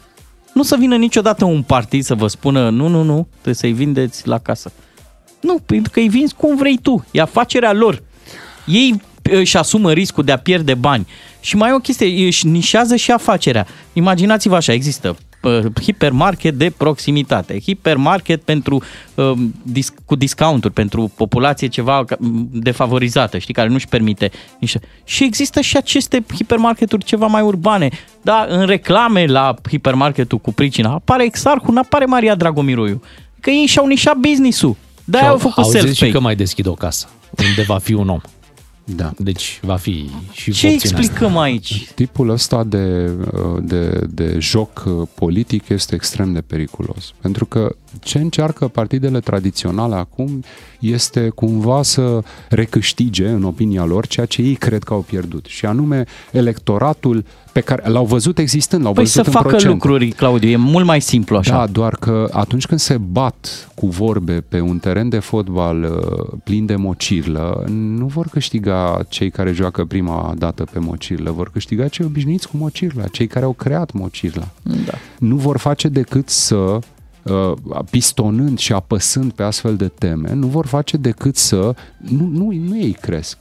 E: Nu să vină niciodată un partid să vă spună nu, nu, nu, trebuie să-i vindeți la casă. Nu, pentru că îi vinzi cum vrei tu. E afacerea lor. Ei uh, își asumă riscul de a pierde bani. Și mai e o chestie, își nișează și afacerea. Imaginați-vă așa, există uh, hipermarket de proximitate, hipermarket pentru, uh, dis- cu discounturi pentru populație ceva ca- m, defavorizată, știi, care nu-și permite niște... Și există și aceste hipermarketuri ceva mai urbane, dar în reclame la hipermarketul cu pricina apare Exarhu, nu apare Maria Dragomiroiu, că ei și-au nișat business-ul. Da, au făcut
C: au zis și
E: self-pay.
C: că mai deschid o casă, unde va fi un om.
Q: Da.
C: Deci va fi și
E: Ce
C: opțiunea asta.
E: explicăm aici?
Q: Tipul ăsta de, de, de joc politic este extrem de periculos, pentru că Ce încearcă partidele tradiționale acum este cumva să recâștige, în opinia lor, ceea ce ei cred că au pierdut. Și anume, electoratul pe care l-au văzut existând, l-au
E: Păi
Q: văzut
E: să
Q: în
E: facă
Q: procent.
E: lucruri, Claudiu, e mult mai simplu așa.
Q: Da, doar că atunci când se bat cu vorbe pe un teren de fotbal uh, plin de mocirlă, nu vor câștiga cei care joacă prima dată pe mocirlă, vor câștiga cei obișnuiți cu mocirla, cei care au creat mocirla.
E: Da.
Q: Nu vor face decât să uh, pistonând și apăsând pe astfel de teme, nu vor face decât să... Nu, nu, nu ei cresc.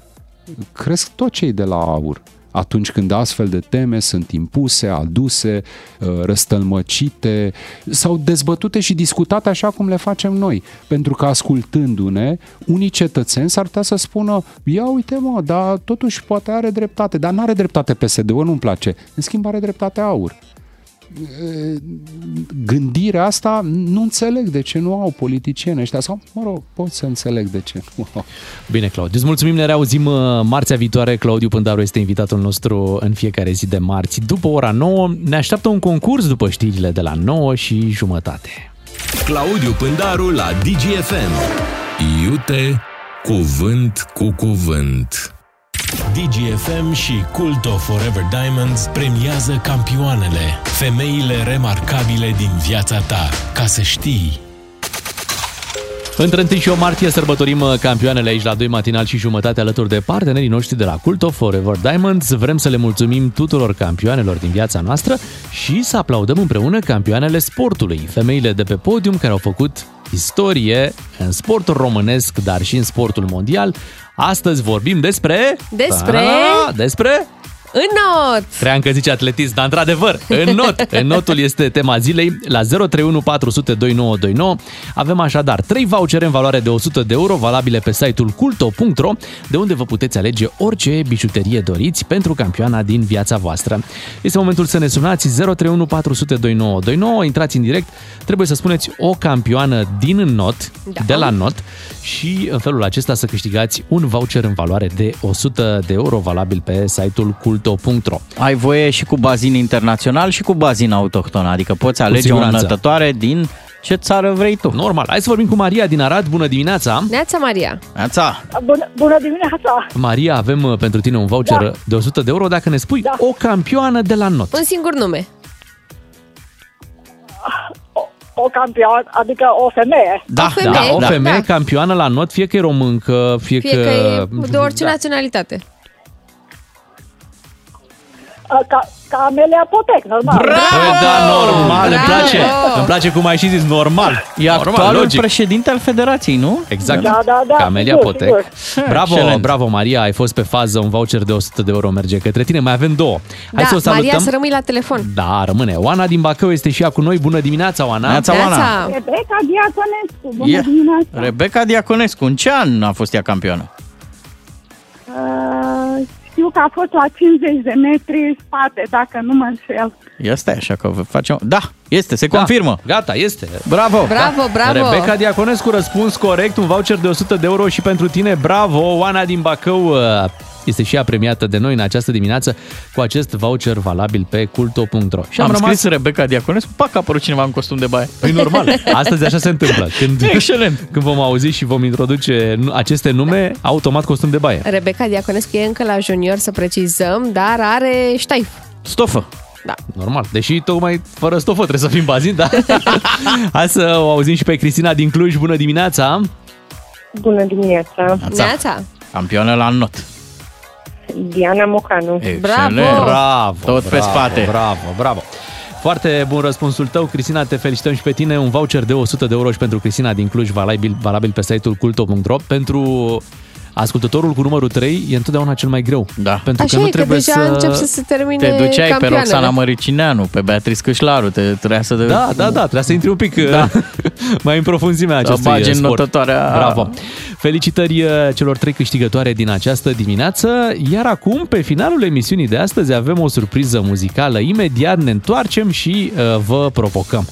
Q: Cresc tot cei de la aur atunci când astfel de teme sunt impuse, aduse, uh, răstălmăcite sau dezbătute și discutate așa cum le facem noi. Pentru că ascultându-ne, unii cetățeni s-ar putea să spună ia uite mă, dar totuși poate are dreptate, dar nu are dreptate PSD-ul, nu-mi place. În schimb are dreptate aur gândirea asta nu înțeleg de ce nu au politicieni ăștia sau, mă rog, pot să înțeleg de ce nu au.
C: Bine, Claudiu, îți mulțumim, ne reauzim uh, marțea viitoare. Claudiu Pândaru este invitatul nostru în fiecare zi de marți. După ora 9 ne așteaptă un concurs după știrile de la 9 și jumătate.
B: Claudiu Pândaru la DGFM. Iute, cuvânt cu cuvânt. DGFM și Culto Forever Diamonds premiază campioanele, femeile remarcabile din viața ta, ca să știi.
C: Între 1 și 8 martie sărbătorim uh, campioanele aici la 2 matinal și jumătate alături de partenerii noștri de la Culto Forever Diamonds. Vrem să le mulțumim tuturor campioanelor din viața noastră și să aplaudăm împreună campioanele sportului, femeile de pe podium care au făcut istorie în sportul românesc, dar și în sportul mondial. Astăzi vorbim despre...
D: Despre?
C: Ta-da! Despre...
D: Înot!
C: Cream că zice atletism, dar într-adevăr, în not. În notul este tema zilei la 031 400 2929. Avem așadar 3 vouchere în valoare de 100 de euro valabile pe site-ul culto.ro de unde vă puteți alege orice bijuterie doriți pentru campioana din viața voastră. Este momentul să ne sunați 031 400 2929, intrați în direct, trebuie să spuneți o campioană din not,
D: Da.
C: de la not și în felul acesta să câștigați un voucher în valoare de 100 de euro valabil pe site-ul culto.ro.
E: Ai voie și cu bazin internațional și cu bazin autohton, adică poți alege o
C: siguranță.
E: nătătoare din ce țară vrei tu.
C: Normal. Hai să vorbim cu Maria din Arad. Bună dimineața!
D: Neața Maria!
E: Neața!
K: Bună, bună dimineața!
C: Maria, avem uh, pentru tine un voucher da. de 100 de euro dacă ne spui da. o campioană de la not.
D: Un singur nume.
K: O campioană, adică o femeie.
C: Da,
D: femeie,
C: da, o
D: da.
C: femeie
D: Da.
C: campioană la not, fie că e româncă, fie,
D: Fie că e de orice
C: da.
D: naționalitate.
K: A, Ca, ca Amelia Potec, normal.
C: Păi da, normal, îmi place. Îmi place cum ai și zis, normal.
E: E
C: normal,
E: actualul
C: logic.
E: președinte al federației, nu?
C: Exact.
K: Da, da, da,
C: Camelia
K: sigur,
C: Potec.
K: sigur.
C: Bravo,
E: Excelent.
C: bravo, Maria, ai fost pe fază, un voucher de 100 de euro merge către tine, mai avem două. Hai
D: da,
C: să o salutăm.
D: Maria, să rămâi la telefon.
C: Da, rămâne. Oana din Bacău este și ea cu noi. Bună dimineața, Oana!
K: Rebecca Diaconescu, bună
E: Ia.
K: dimineața!
E: Rebecca Diaconescu, în ce an a fost ea campioană?
K: Uh, știu că a fost la 50 de metri în spate, dacă nu mă înșel.
E: Ia stai așa că facem... Da, este, se confirmă.
C: Gata, este.
E: Bravo!
D: Bravo, bravo!
C: Da? Rebecca Diaconescu, răspuns corect, un voucher de 100 de euro și pentru tine. Bravo! Oana din Bacău uh, este și ea premiată de noi în această dimineață cu acest voucher valabil pe culto.ro. Și
E: Și
C: am,
E: am,
C: rămas...
E: scris Rebecca Diaconescu, pac, a apărut cineva în costum de baie.
C: Păi normal, astăzi așa se întâmplă. Când,
E: Excelent.
C: Când vom auzi și vom introduce nu- aceste nume, automat costum de baie.
D: Rebecca Diaconescu e încă la junior, să precizăm, dar are ștaif.
E: Stofă.
D: Da.
C: Normal, deși tocmai fără stofă trebuie să fim bazin, da? Hai să o auzim și pe Cristina din Cluj. Bună dimineața!
R: Bună dimineața!
D: Neața!
E: Campioană la not.
R: Diana Mocanu.
C: Excelent. Bravo!
E: Tot pe
C: bravo,
E: spate.
C: Bravo, bravo! Foarte bun răspunsul tău, Cristina, te felicităm și pe tine. Un voucher de 100 de euro și pentru Cristina din Cluj, valabil, valabil pe site-ul culto.ro. Pentru ascultătorul cu numărul 3 e întotdeauna cel mai greu. Da. Pentru
D: Așa
C: că nu
D: e, că
C: trebuie
D: deja
C: să...
D: încep să se termine
E: Te duceai pe
D: campioanele.
E: Roxana Măricineanu, pe Beatriz Câșlaru, te trebuia să...
C: Da, da, da, trebuia să intri un pic da. mai în profunzimea acestui
E: bagi în
C: sport.
E: notătoarea.
C: Bravo! Felicitări uh, celor trei câștigătoare din această dimineață, iar acum, pe finalul emisiunii de astăzi, avem o surpriză muzicală. Imediat ne întoarcem și uh, vă provocăm.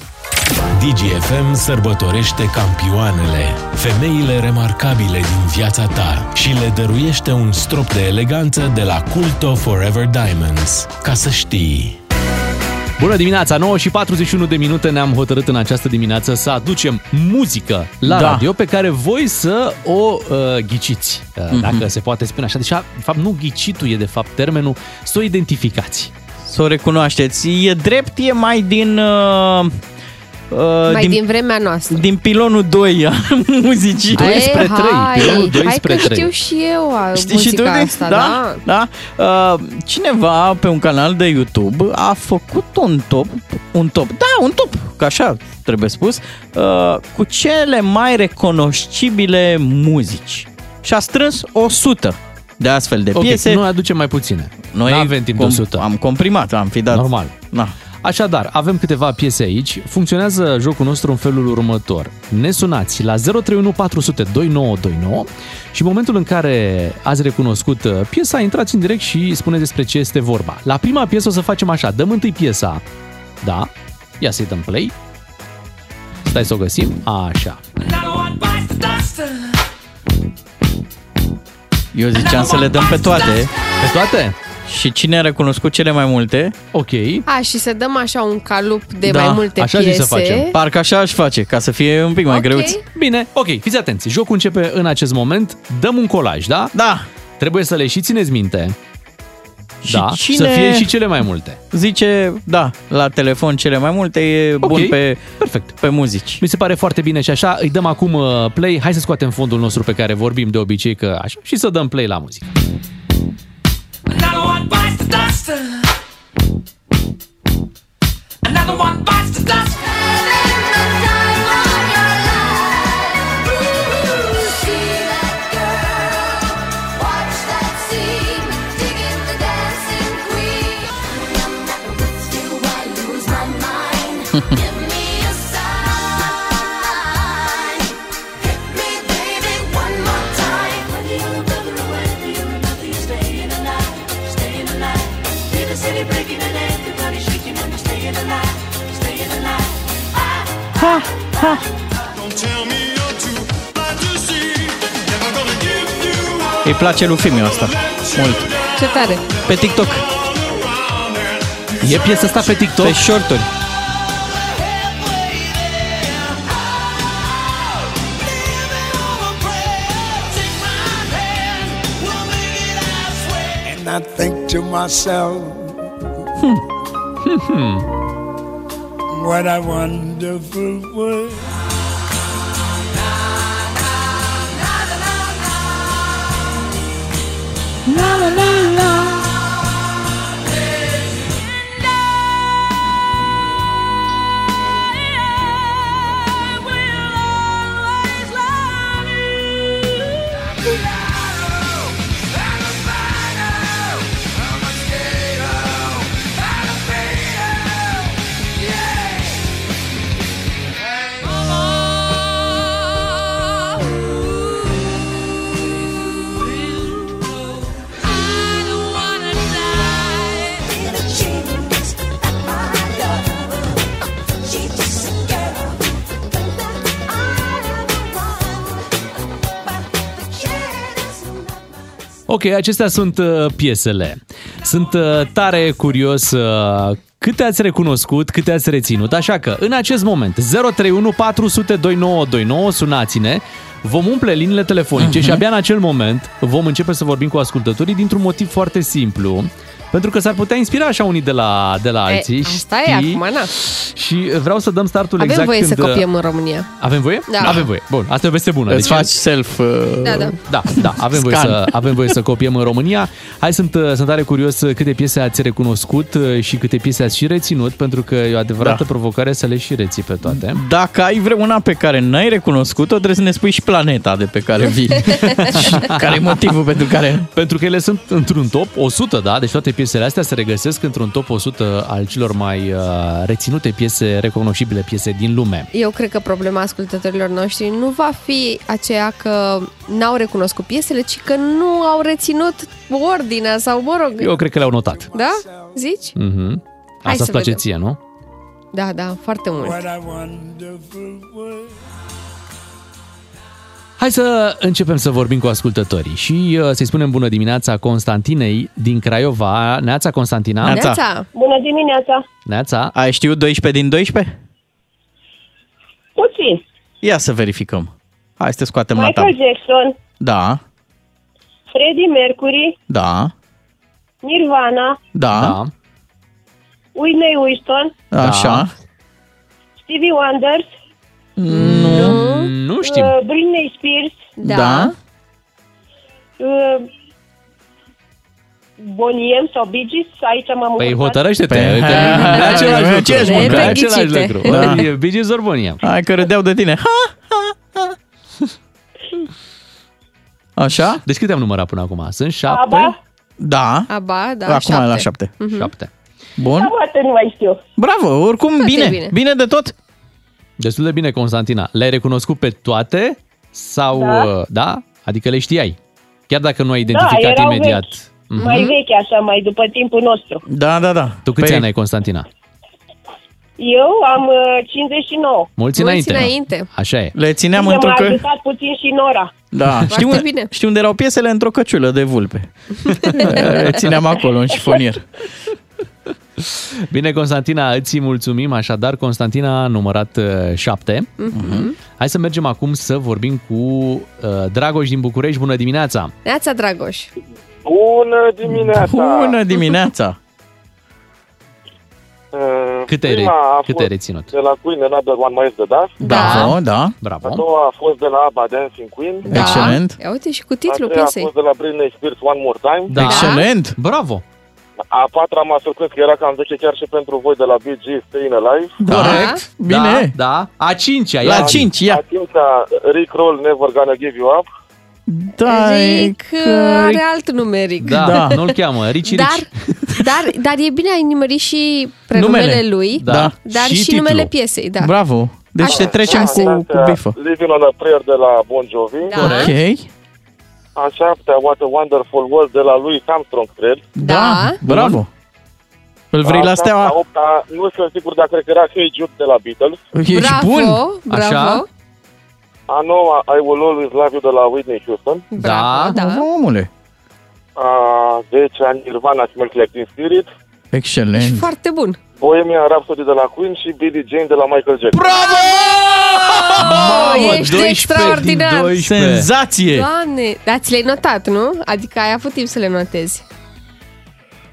B: DGFM sărbătorește campioanele, femeile remarcabile din viața ta și le dăruiește un strop de eleganță de la Culto Forever Diamonds, ca să știi.
C: Bună Bună dimineața, 9 și 41 de minute ne-am hotărât în această dimineață să aducem muzică la
E: Da.
C: radio pe care voi să o uh, ghiciți, uh,
E: Mhm.
C: dacă se poate spune așa. Deci, a- de fapt, nu ghicitul e de fapt termenul, să o identificați.
E: Să o recunoașteți. E drept, e mai din... Uh, uh,
D: Mai din, vremea noastră.
E: din pilonul 2 a muzicii.
D: Ei, hai, hai că știu și eu a,
E: Știi și tu?
D: muzica
E: de-
D: asta, da?
E: da? da? Uh, cineva pe un canal de YouTube a făcut un top, un top, da, un top, că așa trebuie spus, uh, cu cele mai recunoscibile muzici. Și a strâns 100 de astfel de
C: Ok,
E: piese.
C: noi aducem mai puține.
E: Noi
C: N-avem timp de 100.
E: Am comprimat, am fi dat.
C: Normal.
E: Na.
C: Așadar, avem câteva piese aici. Funcționează jocul nostru în felul următor. Ne sunați la 031 400 2929 și în momentul în care ați recunoscut uh, piesa, intrați în direct și spuneți despre ce este vorba. La prima piesă o să facem așa. Dăm întâi piesa. Da? Ia să-i dăm play. Stai să o găsim. Așa.
K: Da,
E: Eu ziceam să le dăm pe toate.
C: Pe toate?
E: Și cine a recunoscut cele mai multe? Da.
C: Ok.
D: A, și să dăm așa un calup de
C: Da,
D: mai multe piese.
E: Parcă așa aș face, ca să fie un pic mai
D: Ok.
E: greuți.
C: Bine, ok, fiți atenți. Jocul începe în acest moment. Dăm un colaj, da?
E: Da.
C: Trebuie să le și țineți minte. da,
E: cine-
C: să fie și cele mai multe.
E: Zice, da, la telefon cele mai multe, e okay. bun pe,
C: perfect.
E: pe muzici.
C: Mi se pare foarte bine și așa îi dăm acum uh, play. Hai să scoatem fondul nostru pe care vorbim de obicei că așa și să dăm play la muzică.
F: Another one bites the dust. Another one bites the dust. City breaking and everybody shaking and you're staying alive, staying alive.
E: Ha, ha. Îi place lui Fimiu asta, mult.
D: Ce tare!
E: Pe TikTok.
C: E piesa asta pe TikTok?
E: Pe shorturi.
S: And I think to myself, what a wonderful world.
C: Ok, acestea sunt uh, piesele. Sunt uh, tare curios uh, câte ați recunoscut, câte ați reținut. Așa că, în acest moment, 031 400 2929, sunați-ne, vom umple liniile telefonice și abia în acel moment vom începe să vorbim cu ascultătorii dintr-un motiv foarte simplu. Pentru că s-ar putea inspira așa unii de la, de la alții.
D: E, asta e
C: știi?
D: acum, na.
C: Și vreau să dăm startul
D: Avem
C: exact
D: voie
C: când...
D: să copiem în România.
C: Avem voie?
D: Da.
C: Avem voie. Bun, asta e o veste bună. Deci-
E: Îți faci self... Uh...
D: Da, da.
C: Da, da, avem voie,
E: Scan.
C: să, avem voie să copiem în România. Hai, sunt, uh, sunt tare curios uh, câte piese ați recunoscut uh, și câte piese ați și reținut, pentru că e o adevărată da. provocare să le și reții pe toate.
E: Dacă ai vreuna pe care n-ai recunoscut-o, trebuie să ne spui și planeta de pe care vii. care e motivul pentru care...
C: Pentru că ele sunt într-un top 100, da? Deci toate piesele astea se regăsesc într-un top 100 al celor mai uh, reținute piese, recunoscibile piese din lume.
D: Eu cred că problema ascultătorilor noștri nu va fi aceea că n-au recunoscut piesele, ci că nu au reținut ordinea sau, mă rog,
C: Eu cred că le-au notat.
D: da? Zici?
C: Mm-hmm.
D: Hai
C: Asta
D: să
C: îți place
D: vedem.
C: ție, nu?
D: Da, da, foarte mult.
S: What a wonderful world.
C: Hai să începem să vorbim cu ascultătorii și uh, să-i spunem bună dimineața Constantinei din Craiova. Neața, Constantina.
F: Bună dimineața!
C: Neața.
E: Ai știut 12 din 12?
F: Puțin.
E: Ia să verificăm. Hai să te scoatem la
F: Michael
E: tab.
F: Jackson,
E: Da,
F: Freddie Mercury,
E: da,
F: Nirvana,
E: da,
F: Whitney Houston,
E: da. așa.
F: Stevie Wonder,
C: Nu, nu
F: uh, Britney Spears,
E: Da.
F: uh, Bonnie M sau Bee Gees, aici m-am
C: Păi
F: urcat.
C: hotărăște-te.
E: Pe-
C: Pe... Pe același
E: Pe
C: lucru.
E: aceeași muncă.
C: Pe
E: Pe
C: același
E: ghicite.
C: lucru.
E: Da.
C: Da. Bee Gees ori Bonnie M.
E: Hai că râdeau de tine. Ha! Așa?
C: Deci câte am numărat până acum? Sunt șapte?
F: Aba.
E: Da.
D: Aba, da,
E: Acum e la șapte.
D: Mhm.
C: Șapte.
E: Bun.
F: Cam atât nu mai știu.
E: Bravo, oricum
F: Foarte
E: bine.
F: bine.
E: bine. de tot?
C: Destul de bine, Constantina. Le-ai recunoscut pe toate? Sau,
F: Da.
C: da? da? Adică le știai. Chiar dacă nu ai identificat
F: erau
C: imediat. Mhm.
F: Vechi. Mai vechi așa, mai după timpul nostru.
E: Da, da, da.
C: Tu câți ani ai, Constantina?
F: Eu am uh, 59.
C: Mulți înainte. Așa e.
E: Le țineam
F: Bine,
E: într-o
F: m-a
E: că...
F: ajutat puțin și Nora.
E: Da, știu,
F: Foarte bine.
E: știu unde erau piesele într-o căciulă de vulpe.
C: Eh,
E: Le țineam acolo, în șifonier.
C: Bine, Constantina, îți mulțumim. Așadar, Constantina a numărat uh, șapte. Mm-hmm. Hai să mergem acum să vorbim cu uh, Dragoș din București. Bună dimineața!
D: Neața Dragoș.
T: Bună dimineața!
E: Bună
C: Da.
E: dimineața!
T: Uh,
C: Câte
T: prima
C: re-
T: a fost
C: câte ai reținut?
T: De la Queen, Another One Bites the Dust.
E: Bravo, da.
T: A doua a fost de la ABBA, Dancing Queen.
E: Da. Excelent.
D: Ia uite și cu
T: a
D: titlul
T: treia a
D: piesei.
T: fost de la Britney Spears, One More Time.
E: Da. Excelent!
C: Bravo!
T: A patra m-a surprins că era cam 10 chiar și pentru voi de la BG, Staying Alive.
E: Da. Corect. Bine.
C: Da, da. A cincea.
E: La
C: ia zi.
E: cinci, ia.
T: A cincea, Rick Roll, Never Gonna Give You Up.
E: Da,
D: Ric uh, are alt numeric.
C: Da, da. nu-l cheamă. Rici,
D: Dar, dar, dar e bine, ai nimerit și prenumele
E: Numele.
D: lui,
E: Da.
D: dar
E: Și
D: și,
E: titlul.
D: numele piesei. Da.
E: Bravo. Deci
D: Așa,
E: te trecem
D: șase.
E: cu, cu bifă.
T: Living on a Prayer de la Bon Jovi.
E: Ok.
T: A șaptea, What a Wonderful World de la lui Armstrong, cred.
E: Da. Bravo. Îl vrei
C: Da.
E: la
T: A șaptea,
E: steaua?
T: A opta, nu sunt sigur dacă cred că era Hey Jude de la Beatles.
E: Ești bun.
T: bravo. A noua, I Will Always Love You de la Whitney Houston.
E: Da. Bravo, omule.
T: A zecea, Nirvana, Smells Like Teen Spirit.
E: Excelent.
D: Foarte bun.
T: Bohemian Rhapsody de la Queen și Billie Jean de la Michael Jackson.
E: Bravo!
D: Mamă, ești extraordinar.
E: Senzație.
D: Doamne, dar ți le-ai notat, nu? Adică ai avut timp să le notezi.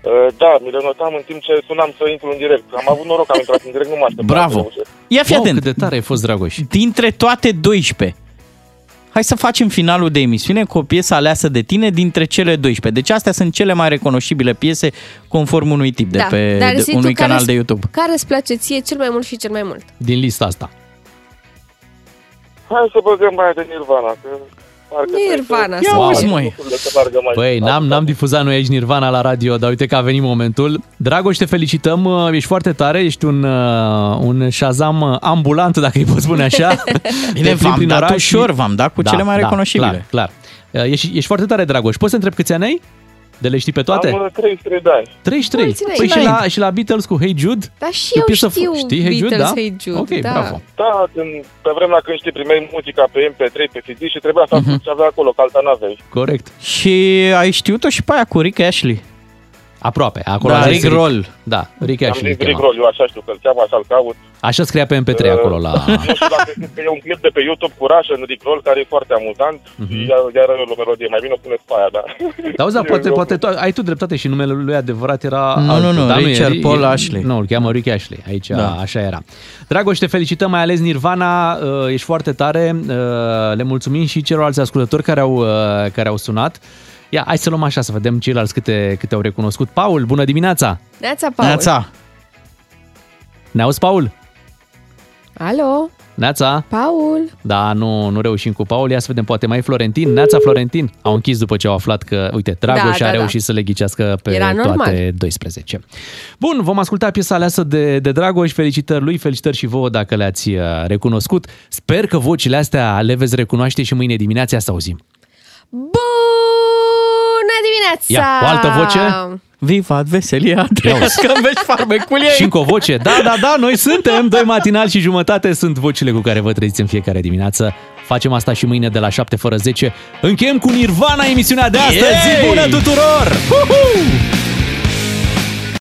T: Uh, Da, mi le notam în timp ce sunam să intru în direct. Am avut noroc că am intrat în direct, nu mă așteptam. să
E: Bravo.
T: reușesc.
E: Ia fi atent.
C: Cât de tare ai fost, Dragoș.
E: Dintre toate 12, hai să facem finalul de emisiune cu o piesă aleasă de tine dintre cele 12. Deci astea sunt cele mai recunoștibile piese conform unui tip de
D: da.
E: pe
D: dar
E: de,
D: zi tu
E: unui
D: care
E: canal
D: îți-
E: de YouTube.
D: Care îți place ție cel mai mult și cel mai mult?
C: Din lista asta.
T: Hai să băgăm mai de Nirvana. Că parcă
D: Nirvana,
T: trebuie să-
D: să Ia
C: uite, măi.
T: Lucrurile se largă mai-
E: Păi,
C: Băi, n-am, n-am difuzat noi aici Nirvana la radio, dar uite că a venit momentul. Dragoș, te felicităm, uh, ești foarte tare, ești un, uh, un șazam uh, ambulant, dacă îi pot spune așa.
E: Bine,
C: Te plimbi
E: v-am
C: prin
E: dat
C: oraș Da,
E: ușor, v-am dat cu cele mai recunoștibile.
C: Clar, clar. Uh, Ești, ești foarte tare, Dragoș. Poți să întreb câți ani ai? De le știi pe toate?
T: Am uh, 33 de ani.
C: 33.
D: Mulți
C: Păi
D: înainte.
C: și la, și la Beatles cu Hey Jude?
D: Dar Da, și
C: E o
D: eu
C: piesă
D: știu
C: fo- știi Hey Jude,
D: Beatles,
C: da?
D: Hey Jude.
C: Ok,
D: da.
C: bravo.
T: Da, când, pe vremea când știi, primeai muzica pe MP3, pe CD și trebuia
C: Mhm.
T: să ascult ce avea acolo, că alta n-aveai.
C: Corect.
E: Și ai știut-o și pe aia cu Rick Ashley.
C: Aproape. Acolo
E: Da,
C: a zis
E: Rick Roll.
C: Da, Rick
T: Am
C: Ashley.
T: zis
C: îl chema.
T: Rick Roll, eu așa știu că îl cheamă, așa-l caut. Uh,
C: Așa scria pe MP3 acolo la...
T: Nu știu dacă știți că e un clip de pe YouTube cu Russian Rick Roll, care e foarte amuzant.
C: Mhm.
T: Iar, iar e o melodie, mai bine o puneți pe aia, da.
C: Dar auzi, dar
T: E
C: poate,
T: un
C: poate tu, ai tu dreptate și numele lui adevărat era...
E: Nu,
C: altul,
E: nu, nu,
C: dar e,
E: Richard
C: e-
E: Paul Ashley.
C: Nu, îl cheamă Rick Ashley, aici da.
E: Da.
C: așa era. Dragoș, te felicităm, mai ales Nirvana, uh, ești foarte tare, uh, le mulțumim și celorlalți ascultători care au, uh, care au sunat. Ia, hai să luăm așa, să vedem ceilalți câte, câte au recunoscut. Paul, bună dimineața!
D: Neața, Paul.
C: Ne auzi, Paul?
D: Alo,
C: Neața?
D: Paul.
C: Da, nu, nu reușim cu Paul. Ia să vedem, poate mai e Florentin. Neața Florentin. Au închis după ce au aflat că, uite, Dragoș
D: Da,
C: a
D: da, da.
C: reușit să le ghicească pe
D: Era normal.
C: toate 12. Bun, vom asculta piesa aleasă de, de Dragoș. Felicitări lui, felicitări și vouă dacă le-ați uh, recunoscut. Sper că vocile astea le veți recunoaște și mâine dimineața să auzim.
D: Bună dimineața!
C: Ia, o altă voce.
E: Vivat veselia, trăiască în veci farmecul ei.
C: Și încă o voce. Da, da, da, noi suntem. Doi matinal și jumătate sunt vocile cu care vă treziți în fiecare dimineață. Facem asta și mâine de la 7 fără 10. Încheiem cu Nirvana emisiunea de astăzi.
F: Yay!
C: Zi bună tuturor! Uhu!